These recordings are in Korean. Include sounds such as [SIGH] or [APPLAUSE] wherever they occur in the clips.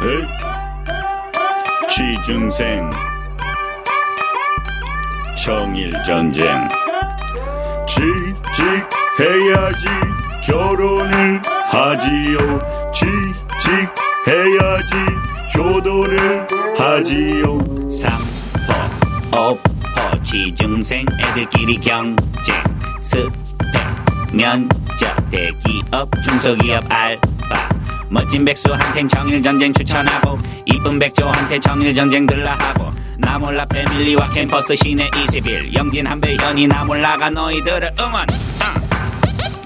흑, 네. 취중생, 청일전쟁, 취직해야지 결혼을 하지요, 취직해야지 효도를 하지요, 삼포 오포 지중생 애들끼리 경쟁 스펙 면접 대기업 중소기업 알바 멋진 백수한텐 정일전쟁 추천하고 이쁜 백조한테 정일전쟁 들라하고 나몰라 패밀리와 캠퍼스 시내 21 영진 한배 현이 나몰라가 너희들을 응원 응.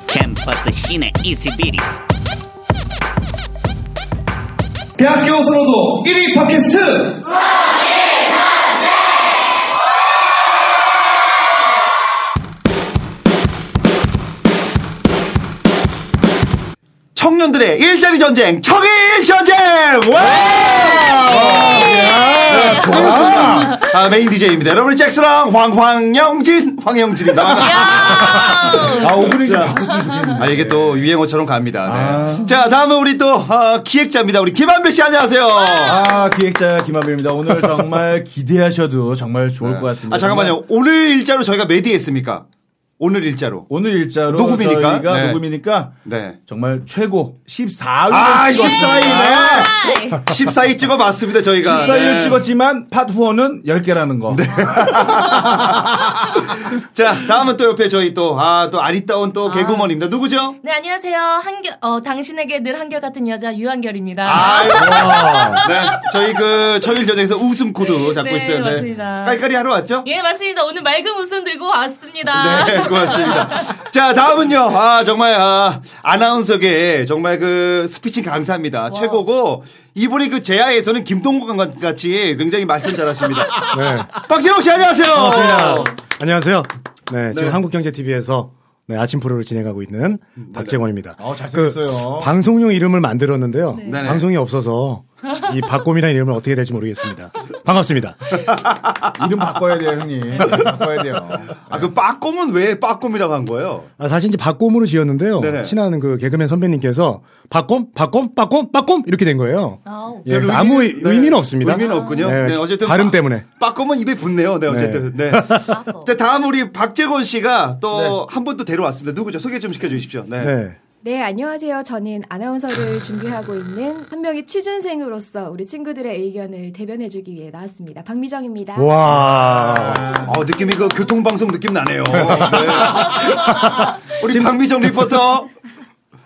캠퍼스 시내 21이 대학교 선호도 1위 팟캐스트 청년들의 일자리 전쟁 청일 전쟁 와! 야, 좋아. 아, 메인 DJ입니다. 여러분 잭스랑 황황영진 황영진입니다. 아, 오븐이 좀 바꿨으면 아 이게 또 유행어처럼 갑니다. 네. 자 다음은 우리 또 어, 기획자입니다. 우리 김한배 씨 안녕하세요. 아, 기획자 김한배입니다. 오늘 정말 [LAUGHS] 기대하셔도 정말 좋을 것 같습니다. 아 잠깐만요. 오늘 일자로 저희가 메디했습니까? 오늘 일자로. 오늘 일자로 녹음이니까. 저희가 네. 녹음이니까 네. 정말 최고 14위를 아, 찍었습니다. 14위네. 14위 찍어봤습니다 저희가. 14위를 네. 찍었지만 팟 후원은 10개라는 거. 자 다음은 또 옆에 저희 또 아 또 아, 리따운또 개구먼입니다. 누구죠? 네, 안녕하세요. 한결, 어, 당신에게 늘 한결같은 여자 유한결입니다. 아유. 와. 네, 저희 그 청일 전쟁에서 웃음 코드 잡고 네, 있어요. 네. 맞습니다. 깔깔이 하러 왔죠? 예, 맞습니다. 오늘 맑은 웃음 들고 왔습니다. 네, 고맙습니다. 자, 다음은요. 아, 정말 아, 아나운서계 정말 그 스피칭 강사입니다. 최고고 이분이 그 제야에서는 김동건 같- 같이 굉장히 말씀 잘하십니다. 네. 박진영 씨 안녕하세요. 안녕하세요. 네, 지금 한국경제TV에서 네, 아침 프로를 진행하고 음, 있는 박재원입니다. 어, 잘생겼어요. 그 방송용 이름을 만들었는데요. 네네. 방송이 없어서 이 박곰이라는 이름을 어떻게 될지 모르겠습니다. 반갑습니다. 이름 바꿔야 돼요, [LAUGHS] 형님. 바꿔야 돼요. 아, 그 빠꼼은 왜 빠꼼이라고 한 거예요? 아, 사실 이제 박곰으로 지었는데요. 네네. 친한 그 개그맨 선배님께서 박곰, 박곰, 박곰, 박곰 이렇게 된 거예요. 아우. 어. 예, 별 그래서 아무 의미는- 네. 의미는 없습니다. 의미는 없군요. 네, 네, 어쨌든 발음 빠- 때문에. 빠꼼은 입에 붙네요. 네, 어쨌든. [LAUGHS] 네. 빠꼼. 자, 다음 우리 박재곤 씨가 또 한 분 또 데려왔습니다. 누구죠? 소개 좀 시켜 주십시오. 네. 네. 네, 안녕하세요. 저는 아나운서를 준비하고 있는 한 명의 취준생으로서 우리 친구들의 의견을 대변해주기 위해 나왔습니다. 박미정입니다. 와. 어, 느낌이 그 교통방송 느낌 나네요. [LAUGHS] 네. 우리 박미정 리포터.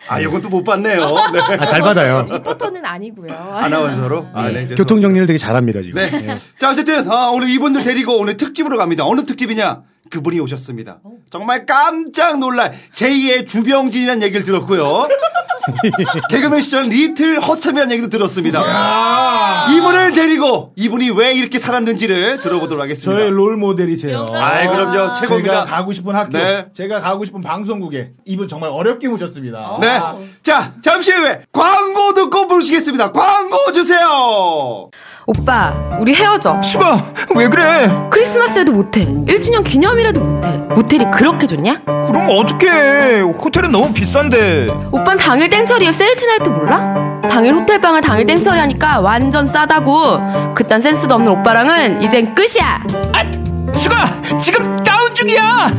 아, 이건 또 못 봤네요. 네. [LAUGHS] 아, 잘 받아요. 포토는 아니고요. 아나운서로. 아, 네. 죄송합니다. 예, 교통 정리를 되게 잘합니다 지금. 네. 자, 어쨌든, 어, 오늘 이분들 데리고 오늘 특집으로 갑니다. 어느 특집이냐? 그분이 오셨습니다. 정말 깜짝 놀랄 제2의 주병진이라는 얘기를 [LAUGHS] 들었고요. 개그맨 시절 리틀 허참이라는 얘기도 들었습니다. 이분을 데리고 이분이 왜 이렇게 살았는지를 들어보도록 하겠습니다. 저의 롤 모델이세요. 네. 아이, 그럼요. 제가 최고입니다. 가고 싶은 학교, 네. 제가 가고 싶은 방송국에 이분 정말 어렵게 모셨습니다. 네. 자, 잠시 후에 광고 듣고 부르시겠습니다. 광고 주세요. 오빠, 우리 헤어져. 슈가, 뭐, 왜 그래? 크리스마스에도 모텔, 1주년 기념이라도 모텔. 모텔이 그렇게 좋냐? 그럼 어떡해. 호텔은 너무 비싼데. 오빤 당일 땡처리에 세일 투나잇도 몰라? 당일 호텔방을 당일 땡처리 하니까 완전 싸다고. 그딴 센스도 없는 오빠랑은 이젠 끝이야. 아, 수가! 지금 다운 중이야!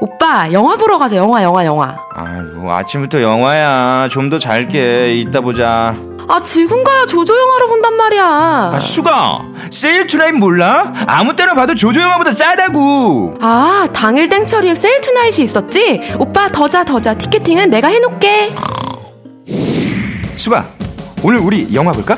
오빠, 영화 보러 가자. 영화, 영화, 영화. 아이고, 아침부터 영화야. 좀 더 잘게. 이따 보자. 아, 지금 가야 조조 영화를 본단 아, 말이야. 수가! 세일 투라인 몰라? 아무 때나 봐도 조조 영화보다 싸다고! 아, 당일 땡처리에 세일 투나잇이 있었지? 오빠, 더 자, 더 자. 티켓팅은 내가 해놓게. 수가! 오늘 우리 영화 볼까?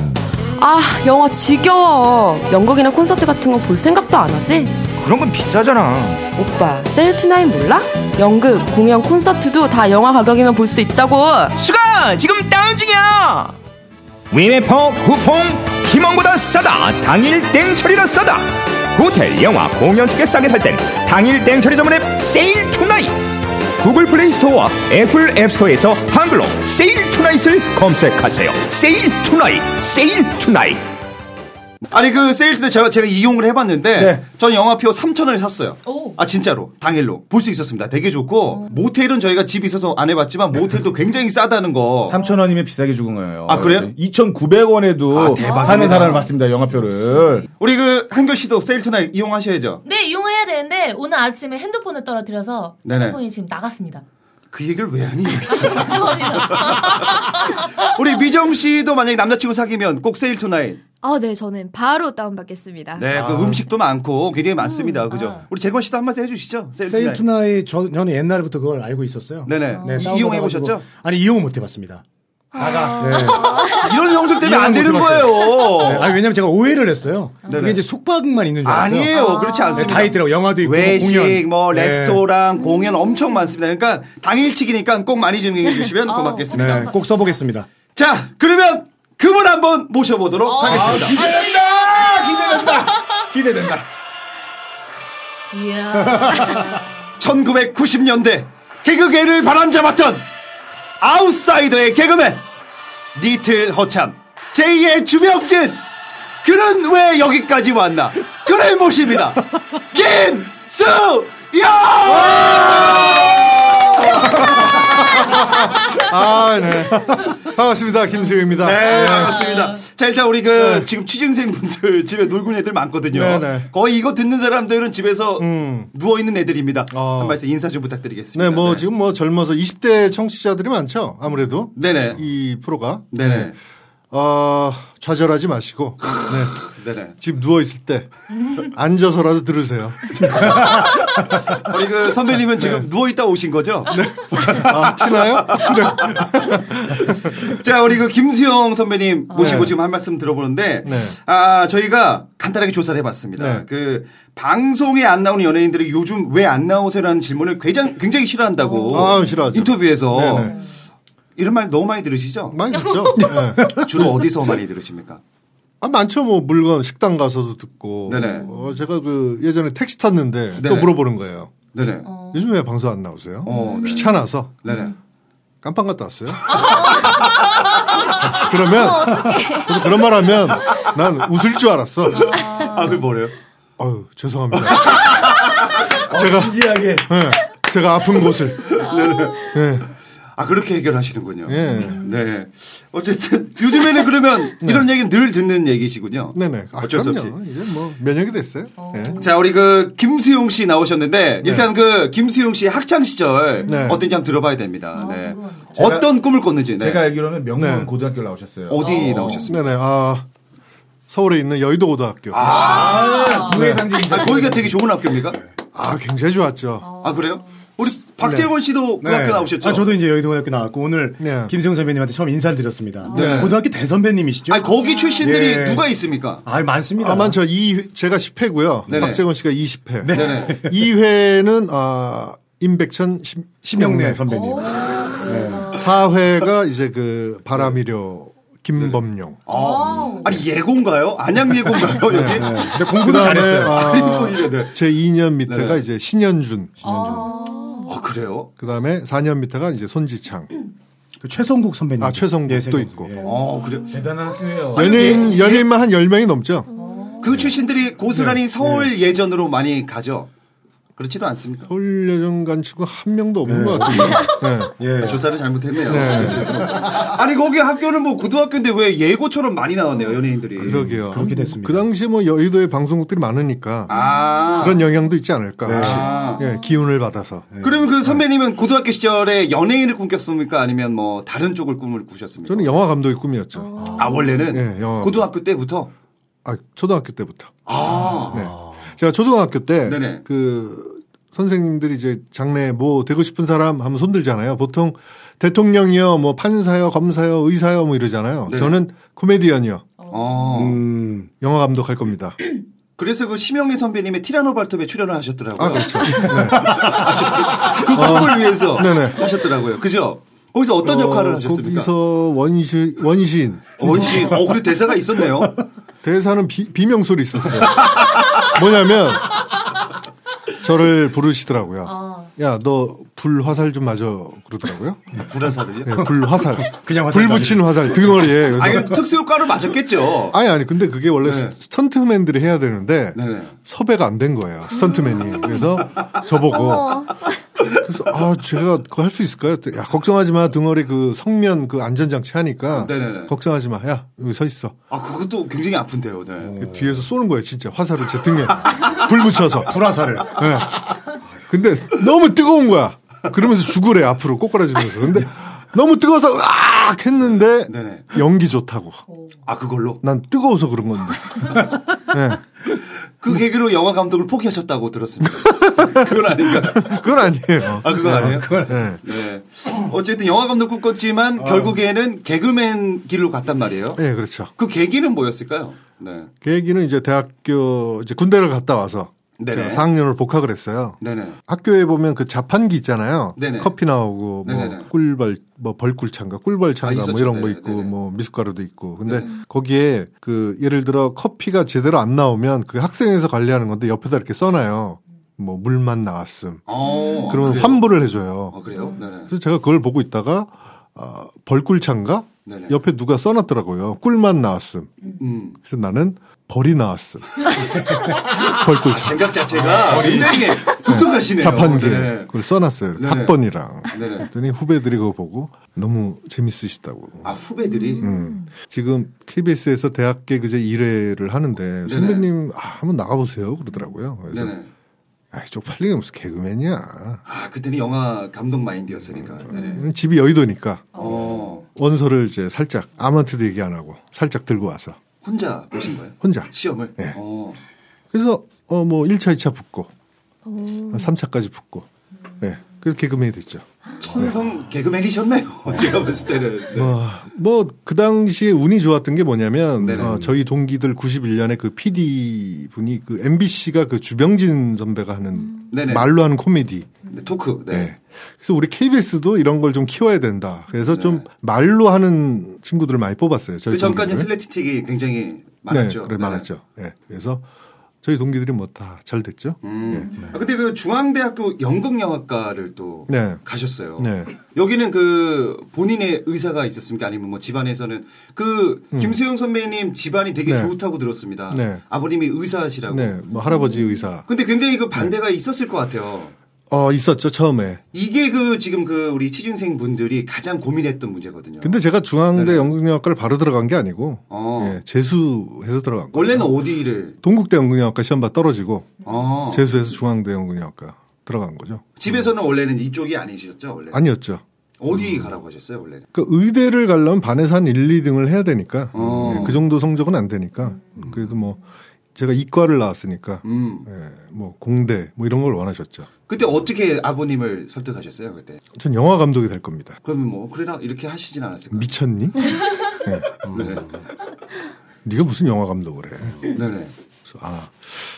아, 영화 지겨워. 연극이나 콘서트 같은 거 볼 생각도 안 하지? 그런 건 비싸잖아. 오빠 셀투나인 몰라? 연극, 공연, 콘서트도 다 영화 가격이면 볼 수 있다고. 수가! 지금 다운 중이야! 위메퍼 쿠폰 팀원보다 싸다 당일 땡처리라 싸다 호텔 영화 공연 티켓 싸게 살 땐 당일 땡처리 전문 앱 세일 투나잇 구글 플레이 스토어와 애플 앱 스토어에서 한글로 세일 투나잇을 검색하세요 세일 투나잇 세일 투나잇 아니 그 세일 때 제가 제가 이용을 해봤는데 네. 저는 영화표 3천 원에 샀어요. 오. 아 진짜로 당일로 볼 수 있었습니다. 되게 어. 좋고 모텔은 저희가 집이 있어서 안 해봤지만 모텔도 굉장히 싸다는 [LAUGHS] 거. 어. 3,000원이면 비싸게 죽은 거예요. 아, 아, 그래요? 2,900원에도 사는 사람을 봤습니다. 영화표를. 우리 그 한결 씨도 세일 투나잇 이용하셔야죠. 네, 이용해야 되는데 오늘 아침에 핸드폰을 떨어뜨려서 네네. 핸드폰이 지금 나갔습니다. 그 얘기를 왜 [LAUGHS] 하니? 죄송합니다. [LAUGHS] 우리 미정 씨도 만약에 남자친구 사귀면 꼭 세일 투나잇. 아, 네, 저는 바로 다운받겠습니다. 네, 그 음식도 많고 굉장히 많습니다. 그죠? 아. 우리 재건 씨도 한마디 해주시죠. 세일 세일 투나잇. 투나잇 저, 저는 옛날부터 그걸 알고 있었어요. 네네. 네, 이- 다운받아가지고- 이용해보셨죠? 아니 이용은 못 해봤습니다. 아. 다가. 네. 이런 형들 때문에 안 되는 이용을 못 네, [LAUGHS] 거예요. 아 왜냐면 제가 오해를 했어요. 네네. 그게 이제 숙박만 있는 줄 알았어요. 아니에요. 그렇지 네, 않습니다. 다 있더라고. 영화도 있고 외식, 공연. 뭐 네. 레스토랑, 공연 엄청 많습니다. 그러니까 당일치기니까 꼭 많이 증명해 주시면 고맙겠습니다. 네, 꼭 써보겠습니다. 자, 그러면 그분 한번 모셔보도록 하겠습니다. 기대된다! 기대된다! 기대된다. [LAUGHS] 이야. 1990년대 개그계를 바람잡았던 아웃사이더의 개그맨 니틀 허참 제2의 주명진 그는 왜 여기까지 왔나 그를 [LAUGHS] 모십니다 김수영 아, 네. 반갑습니다. 김수영입니다. 네, 네. 반갑습니다. 자, 일단 우리 그 지금 취준생 분들 [LAUGHS] 집에 놀고 있는 애들 많거든요. 네, 네. 거의 이거 듣는 사람들은 집에서 음. 누워 있는 애들입니다. 어. 한 말씀 인사 좀 부탁드리겠습니다. 네, 뭐 지금 뭐 젊어서 20대 청취자들이 많죠. 아무래도 네네. 이 프로가 네네. 어, 좌절하지 마시고 네. 네네. 지금 누워 있을 때 앉아서라도 들으세요. 우리 그 네. 선배님은 지금 누워 있다 오신 거죠? [LAUGHS] 아, 티나요? 자, 우리 그 김수영 선배님 모시고 네. 지금 한 말씀 들어보는데, 네. 아, 저희가 간단하게 조사를 해봤습니다. 네. 그, 방송에 안 나오는 연예인들이 요즘 왜 안 나오세요라는 질문을 굉장히, 굉장히 싫어한다고. 아, 싫어하죠. 인터뷰에서. 네, 네. 이런 말 너무 많이 들으시죠? 많이 듣죠. 네. 주로 어디서 많이 들으십니까? 아, 많죠. 뭐 물건 식당 가서도 듣고. 네네. 어, 제가 그 예전에 택시 탔는데 또 네네. 물어보는 거예요. 네네. 요즘 왜 방송 안 나오세요? 어, 네. 귀찮아서 네네. 깜빵 갔다 왔어요. 그러면 그래서 그런 말하면 난 웃을 줄 알았어. 아, 그게 뭐래요? 아유 죄송합니다. [LAUGHS] 제가 진지하게. 예, 제가 아픈 곳을 예, 아, 그렇게 해결하시는군요. 예. 네. 어쨌든, 요즘에는 그러면 이런 얘기는 늘 듣는 얘기시군요. 네네. 아, 어쩔 수 그럼요. 없이. 이제 뭐 면역이 됐어요. 예. 자, 우리 그 김수용 씨 나오셨는데 일단 그 김수용 씨 학창 시절 네. 어떤지 한번 들어봐야 됩니다. 네. 궁금합니다. 어떤 꿈을 꿨는지. 네. 제가 알기로는 명문 네. 고등학교 나오셨어요. 어디 나오셨습니까? 네네. 아 서울에 있는 여의도 고등학교. 아, 아, 부의 상징이죠. 아, 거기가 되게 좋은 학교입니까? 굉장히 좋았죠. 아 그래요? 우리 박재원 씨도 그 학교 나오셨죠? 아, 저도 이제 여의도고등학교 나왔고 오늘 네. 김수영 선배님한테 처음 인사를 드렸습니다. 네. 고등학교 대선배님이시죠? 아니, 거기 출신들이 예. 누가 있습니까? 아, 많습니다. 아만 저 2, 제가 10회고요. 네네. 박재건 씨가 20회. 네네. 2회는 아 임백천 심, 네. 심영래 선배님. 네. 오, 대박. 4회가 이제 그 바람이려 김범용. 아, 아니 예고인가요? 안양 예고인가요 [LAUGHS] 네, 여기? 근데 공부도 그다음에, 잘했어요. 아, 제 2년 밑에가 뭐 네네. 이제 신현준. 어. 아 그래요? 그다음에 4년 밑에가 이제 손지창. 그 최성국 선배님. 아, 최성국도 선생님. 있고. 예. 어 그래. 요 대단한 학교예요. 연예인 연예인만 어. 한 10명이 넘죠. 그 출신들이 고스란히 네, 서울 예전으로 많이 가죠. 그렇지도 않습니까? 서울 예전간 치고 한 명도 네. 없는 것 같아요. [LAUGHS] 네. 예. 아, 조사를 잘못했네요. 네. 죄송합니다. 아니 거기 학교는 뭐 고등학교인데 왜 예고처럼 많이 나왔네요 연예인들이. 아, 그러게요. 그렇게 됐습니다. 그 당시에 뭐 여의도에 방송국들이 많으니까 아 그런 영향도 있지 않을까. 네. 혹시. 아. 예, 기운을 받아서. 그러면 네. 그 선배님은 고등학교 시절에 연예인을 꿈꿨습니까? 아니면 뭐 다른 쪽을 꿈을 꾸셨습니까? 저는 영화 감독의 꿈이었죠. 아 원래는 예, 영화. 고등학교 때부터. 아, 초등학교 때부터. 아 네. 제가 초등학교 때 네네. 그 선생님들이 이제 장래 뭐 되고 싶은 사람 하면 손들잖아요. 보통 대통령이요, 뭐 판사요, 검사요, 의사요 뭐 이러잖아요. 네. 저는 코미디언이요. 어. 음. 영화 감독할 겁니다. 그래서 그 심영래 선배님의 티라노 발톱에 출연을 하셨더라고요. 네. [LAUGHS] 아, 그렇죠. 어. 그 꿈을 위해서 네네. 하셨더라고요. 그죠? 거기서 어떤 역할을 어, 하셨습니까? 거기서 원시, 원시인. 원신. 어, 그래 대사가 있었네요. 대사는 비, 비명소리 [LAUGHS] 있었어요. 뭐냐면 저를 부르시더라고요. 어. 야 너 불 화살 좀 맞아 그러더라고요. 불화살을요? 네, 불 화살. [LAUGHS] 그냥 화살 불 붙인 화살 등어리에. 그래서 아니 그럼 특수 효과로 맞았겠죠. 아니 아니 근데 그게 원래 네. 스- 스턴트맨들이 해야 되는데 섭외가 안 된 거예요 스턴트맨이 그래서 저보고 그래서 아 제가 그거 할 수 있을까요? 했더니, 야 걱정하지 마 등어리 그 성면 그 안전장치 하니까 네네네. 걱정하지 마야 여기 서 있어 아 그것도 굉장히 아픈데요. 네. 그 뒤에서 쏘는 거예요 진짜 화살을 제 등에 [LAUGHS] 불 붙여서 불화살을 네. 근데 너무 뜨거운 거야 그러면서 죽으래 앞으로 꼬꾸라지면서 근데 너무 뜨거워서 으악 했는데 네. 연기 좋다고 아 그걸로 난 뜨거워서 그런 건데 그 계기로 영화 감독을 포기하셨다고 들었습니다. [LAUGHS] 그건 아닌가? 그건 아니에요. 아 그건 아니에요? 네. 네. 어쨌든 영화 감독 꿈꿨지만 아. 결국에는 개그맨 길로 갔단 말이에요. 예, 그렇죠. 그 계기는 뭐였을까요? 네. 그 얘기는 이제 대학교 이제 군대를 갔다 와서 네네. 제가 4학년을 복학을 했어요. 네네. 학교에 보면 그 자판기 있잖아요. 네네. 커피 나오고 뭐 네네네. 꿀벌 뭐 벌꿀차인가 아, 꿀벌차인가 있었죠. 뭐 이런 거 네네, 네. 있고 뭐 미숫가루도 있고. 근데 거기에 그 예를 들어 커피가 제대로 안 나오면 그 학생에서 관리하는 건데 옆에다 이렇게 써놔요. 뭐 물만 나왔음. 어, 그러면 그래요? 환불을 해줘요. 어, 그래요? 네네. 그래서 제가 그걸 보고 있다가 아, 벌꿀차인가 네네. 옆에 누가 써놨더라고요. 꿀만 나왔음. 음. 그래서 나는 [LAUGHS] 벌이 나왔음. 아, 벌꿀차. 생각 자체가 아, 굉장히 독특하시네요. 자판기 네. 그걸 써놨어요. 네네. 학번이랑. 네네. 그랬더니 후배들이 그거 보고 너무 재밌으시다고. 아 후배들이 음. 지금 KBS에서 대학 개그제 1회를 하는데 선배님 아, 한번 나가보세요 그러더라고요. 그래서 네네. 아이, 쪽팔리게 무슨 개그맨이야. 아 그때는 영화 감독 마인드였으니까. 음, 네네. 집이 여의도니까 어 원서를 이제 살짝 아무한테도 얘기 안 하고 살짝 들고 와서 혼자 보신 거예요? 혼자. 시험을. 네. 어. 그래서 어 뭐 1차, 2차 붙고 3차까지 붙고. 예. 그래서 개그맨이 됐죠. 천성 개그맨이셨네요. [LAUGHS] 제가 봤을 때는. 네. 뭐 그 당시에 운이 좋았던 게 뭐냐면 어, 저희 동기들 91년에 그 PD 분이 그 MBC가 그 주병진 선배가 하는 네네. 말로 하는 코미디. 네, 토크. 네. 그래서 우리 KBS도 이런 걸 좀 키워야 된다. 그래서 좀 말로 하는 친구들을 많이 뽑았어요. 저희 네. 그 전까지 동기들을. 슬래티틱이 굉장히 많았죠. 네, 그래 많았죠. 예. 그래서 저희 동기들이 뭐 다 잘 됐죠. 음. 아, 근데 그 중앙대학교 연극영화과를 또 네. 가셨어요. 네. 여기는 그 본인의 의사가 있었습니까? 아니면 뭐 집안에서는 그 음. 김수영 선배님 집안이 되게 네. 좋다고 들었습니다. 네. 아버님이 의사시라고. 네. 뭐 할아버지 의사. 근데 굉장히 그 반대가 있었을 것 같아요. 어, 있었죠. 처음에. 이게 그 지금 그 우리 취준생 분들이 가장 고민했던 문제거든요. 근데 제가 중앙대 연극영화과를 바로 들어간 게 아니고 어. 예, 재수해서 들어간 거예요. 원래는 어디를 동국대 연극영화과 시험 봐 떨어지고 어. 재수해서 중앙대 연극영화과 들어간 거죠. 집에서는 원래는 이쪽이 아니셨죠? 원래 아니었죠. 어디 가라고 하셨어요? 원래는 그 의대를 가려면 반에서 한 1, 2등을 해야 되니까 어. 예, 그 정도 성적은 안 되니까 그래도 뭐 제가 이과를 나왔으니까 음. 예, 뭐 공대 뭐 이런 걸 원하셨죠. 그때 어떻게 아버님을 설득하셨어요? 그때 전 영화 감독이 될 겁니다. 그러면 뭐 그래라 이렇게 하시진 않았을까요? [LAUGHS] 미쳤니? 네. 네가 무슨 영화 감독을 해? 음. 네네. 아,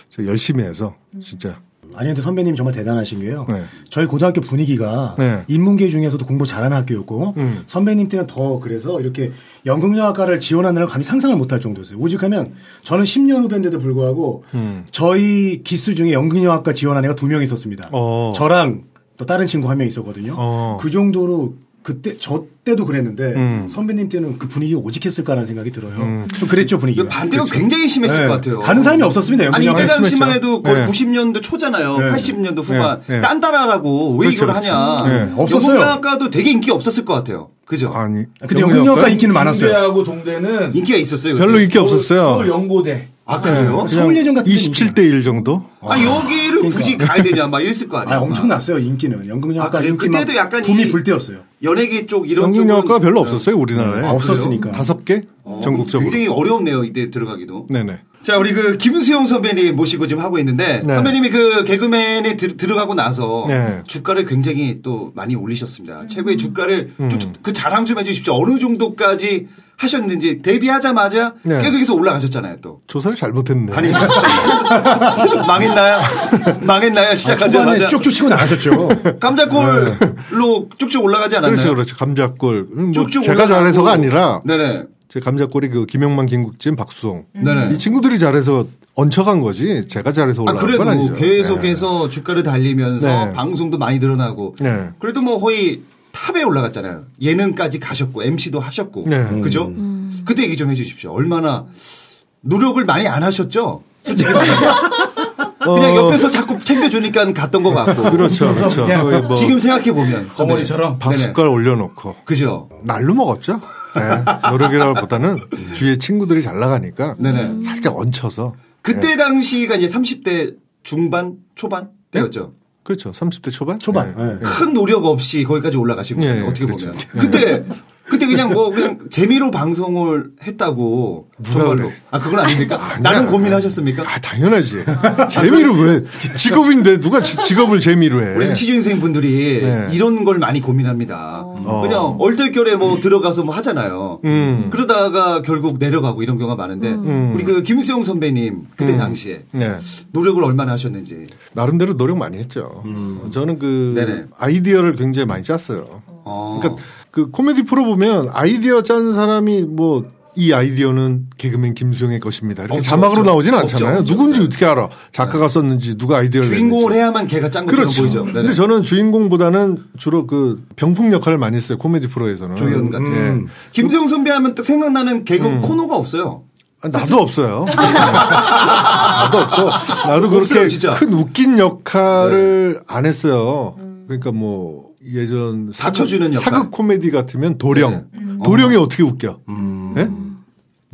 저 열심히 해서 음. 진짜. 아니 근데 선배님 정말 대단하신 게요. 네. 저희 고등학교 분위기가 네. 음. 인문계 중에서도 공부 잘하는 학교였고 선배님 때는 더 그래서 이렇게 연극영화과를 지원하느라 감히 상상을 못할 정도였어요. 오직하면 저는 10년 후배인데도 불구하고 음. 저희 기수 중에 연극영화과 지원한 애가 두 명 있었습니다. 어. 저랑 또 다른 친구 한 명 있었거든요. 어. 그 정도로 그때 저 때도 그랬는데 음. 선배님 때는 그 분위기 오직했을까라는 생각이 들어요. 음. 좀 그랬죠 분위기가. 반대가 그렇죠. 굉장히 심했을 네. 것 같아요. 가는 사람이 없었습니다. 아니 연극영화에 이때 당시만 심했죠. 해도 거의 네. 90년대 초잖아요. 네. 80년대 후반 네. 네. 깐따라라고 왜 그렇죠, 이걸 그렇죠. 하냐. 네. 없었어요. 영문학과도 되게 인기 없었을 것 같아요. 그죠? 아니. 네. 근데 영문학과 인기는 많았어요. 중대하고 동대는 인기가 있었어요. 별로 그때? 인기 없었어요. 서울 연고대. 아 그래요? 네, 그냥 그러니까. 27대 1 정도? 아 여기를 굳이 가야 되냐 막 이랬을 거 아니에요. 아, 엄청났어요 인기는 연극영화과 아, 그래요? 인기만 그때도 약간 붐이 이- 불 때였어요. 연예계 쪽 이런 연극영화가 쪽은 별로 없었어요 우리나라에. 아, 없었으니까. 다섯 개 전국적으로. 그러니까. 어, 굉장히 어려웠네요 이때 들어가기도. 네네. 자 우리 그 김수영 선배님 모시고 지금 하고 있는데 네. 선배님이 그 개그맨에 들, 들어가고 나서 네. 주가를 굉장히 또 많이 올리셨습니다. 최고의 주가를 음. 쭉쭉 그 자랑 좀 해주십시오. 어느 정도까지 하셨는지 데뷔하자마자 네. 계속해서 올라가셨잖아요 또. 조사를 잘못했네. 그렇죠, 아니 [LAUGHS] 망했나요? 망했나요 시작하자마자 초반에 쭉쭉 [LAUGHS] 치고 나가셨죠. 깜짝골로 쭉쭉 올라가지 않았나요? 네. 그렇죠, 그렇죠. 감자골. 음, 뭐 쭉쭉 제가 올라가고. 잘해서가 아니라 네네. 제 감자골이 그 김영만, 김국진, 박수홍 네네. 이 친구들이 잘해서 얹혀간 거지 제가 잘해서 아, 올라간 건 그래도 아니죠. 계속해서 주가를 달리면서 네. 방송도 많이 늘어나고 네. 그래도 뭐 거의 탑에 올라갔잖아요. 예능까지 가셨고 MC도 하셨고 네. 그죠? 그때 얘기 좀 해주십시오. 얼마나 노력을 많이 안 하셨죠? 솔직히 아, 그냥 옆에서 자꾸 챙겨주니까 갔던 것 같고 어. 그렇죠, 그렇죠. 거의 뭐 지금 네. 생각해 보면 밥 숟갈 올려놓고 그죠 날로 먹었죠. 네. 노력이라기보다는 주위에 친구들이 잘 나가니까 음. 네네. 살짝 얹혀서 그때 네. 당시가 이제 30대 중반 초반 때였죠. 그렇죠. 30대 초반? 네. 초반. 네. 네. 큰 노력 없이 거기까지 올라가신 거예요. 어떻게 보면. 그렇죠. 그때 그때 그냥 뭐 그냥 재미로 방송을 했다고 누가 정말로. 그래? 아 그건 아닙니까? 나는 고민하셨습니까? 아 당연하지. 재미로 왜 직업인데 누가 지- 직업을 재미로 해? 우리 취준생 분들이 네. 이런 걸 많이 고민합니다. 어. 그냥 얼떨결에 뭐 들어가서 뭐 하잖아요. 음. 그러다가 결국 내려가고 이런 경우가 많은데 음. 우리 그 김수영 선배님 그때 음. 당시에 네. 노력을 얼마나 하셨는지. 나름대로 노력 많이 했죠. 음. 저는 그 아이디어를 굉장히 많이 짰어요. 그러니까 그 코미디 프로 보면 아이디어 짠 사람이 뭐 이 아이디어는 개그맨 김수영의 것입니다. 이렇게 없죠, 자막으로 없죠. 나오진 없죠, 않잖아요. 없죠. 네. 누군지 어떻게 알아? 작가가 썼는지 누가 아이디어를 주인공을 냈는지. 해야만 걔가 짠 것처럼 그렇죠. 보이죠. 네네. 근데 저는 주인공보다는 주로 그 병풍 역할을 많이 했어요. 코미디 프로에서는. 조연 같은. 음. 김수영 선배 하면 딱 생각나는 개그 코너가 없어요. 아, 나도 없어요. [LAUGHS] 나도 없고 나도 그렇게 없어요, 진짜. 네. 큰 웃긴 역할을 안 했어요. 그러니까 뭐 예전 받쳐주는 역할. 네, 사극 코미디 같으면 도령 도령이 어. 떻게 웃겨? 예?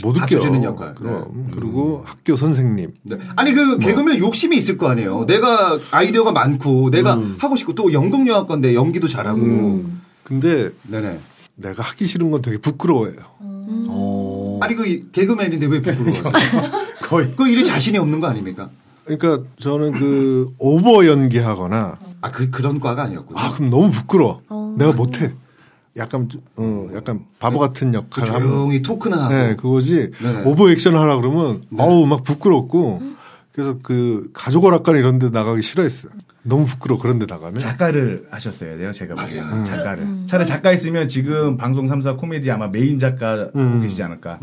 못 웃겨. 받쳐주는 음. 역할. 네. 음. 그럼 그리고 학교 선생님. 아니 뭐. 그 개그맨 욕심이 있을 거 아니에요. 내가 아이디어가 많고 내가 음. 하고 싶고 또 연극영화 건데 연기도 잘하고. 근데 네네. 내가 하기 싫은 건 되게 부끄러워해요. 아니 그 이- 개그맨인데 왜 [LAUGHS] 네, 부끄러워? 거의. 그 일이 자신이 없는 거 아닙니까? 그러니까 [LAUGHS] 저는 그 오버 연기하거나 아 그 그런 과가 아니었구나. 아 그럼 너무 부끄러워. 내가 못해. 약간 좀, 어, 약간 바보 같은 역할. 그 조용히 토크나 하고. 네 그거지. 네네. 오버 액션 하려 그러면 어우 막 부끄럽고. 그래서 그 가족오락관 이런 데 나가기 싫어했어요. 너무 부끄러워 그런 데 나가면. 작가를 하셨어야 돼요, 제가 보기에는. 맞아요. 작가를. 차라리 작가 있으면 지금 방송 3사 코미디 아마 메인 작가 음. 하고 계시지 않을까.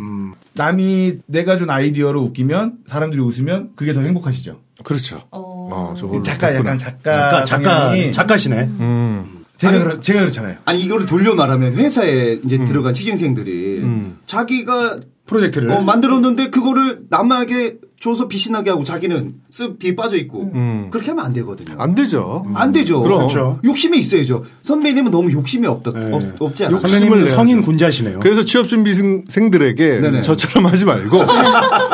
남이 내가 준 아이디어로 웃기면 사람들이 웃으면 그게 더 행복하시죠. 그렇죠. 어, 저걸로 작가 했구나. 약간 작가 성향이- 음. 제가 그렇- 제가 그렇잖아요. 아니 이거를 돌려 말하면 회사에 이제 음. 들어간 취준생들이 자기가 네. 프로젝트를 어, 만들었는데 그거를 남에게 줘서 비신하게 하고 자기는 쓱 뒤에 빠져 있고 그렇게 하면 안 되거든요. 음. 안 되죠. 아, 안 되죠. 음. 그럼. 그렇죠. 욕심이 있어야죠. 선배님은 너무 욕심이 없다, 네. 없, 없지 않아요. 욕심을 내야죠. 군자시네요. 그래서 취업준비생들에게 네네. 저처럼 하지 말고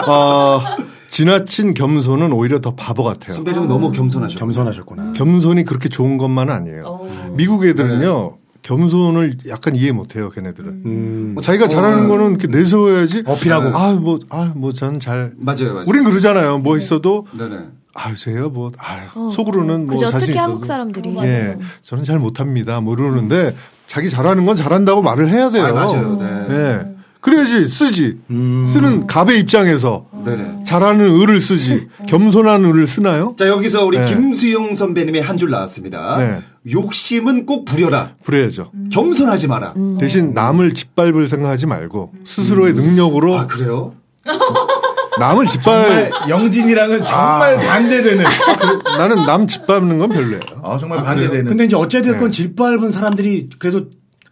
어, 지나친 겸손은 오히려 더 바보 같아요. 선배님은 너무 겸손하셨. 겸손하셨구나. 겸손이 그렇게 좋은 것만 은 아니에요. 어. 어, 미국 애들은요. 겸손을 약간 이해 못해요, 걔네들은. 음. 음. 뭐 자기가 어, 네. 잘하는 거는 이렇게 내세워야지. 어필하고. 아, 뭐, 아, 뭐, 저는 잘. 맞아요, 맞아요. 우린 그러잖아요. 뭐 있어도. 네네. 아, 제가 뭐, 아, 어. 속으로는 뭐. 그죠, 자신 특히 있어도. 한국 음. 사람들이. 어, 예, 맞아요. 저는 잘 못합니다. 뭐 이러는데 자기 잘하는 건 잘한다고 말을 해야 돼요. 아, 맞아요. 네. 예. 그래야지 쓰지. 음. 쓰는 갑의 입장에서 음. 네네. 잘하는 을을 쓰지. 겸손한 을을 쓰나요? 자 여기서 우리 네. 김수영 선배님의 한 줄 나왔습니다. 네. 욕심은 꼭 부려라. 그래야죠. 음. 겸손하지 마라. 대신 남을 짓밟을 생각하지 말고 음. 스스로의 능력으로 아그 그래요? 남을 정말 짓밟 영진이랑은 정말 반대되는. 나는 남 짓밟는 건 별로예요. 아, 정말 반대되는. 근데 이제 어찌됐건 네. 짓밟은 사람들이 그래도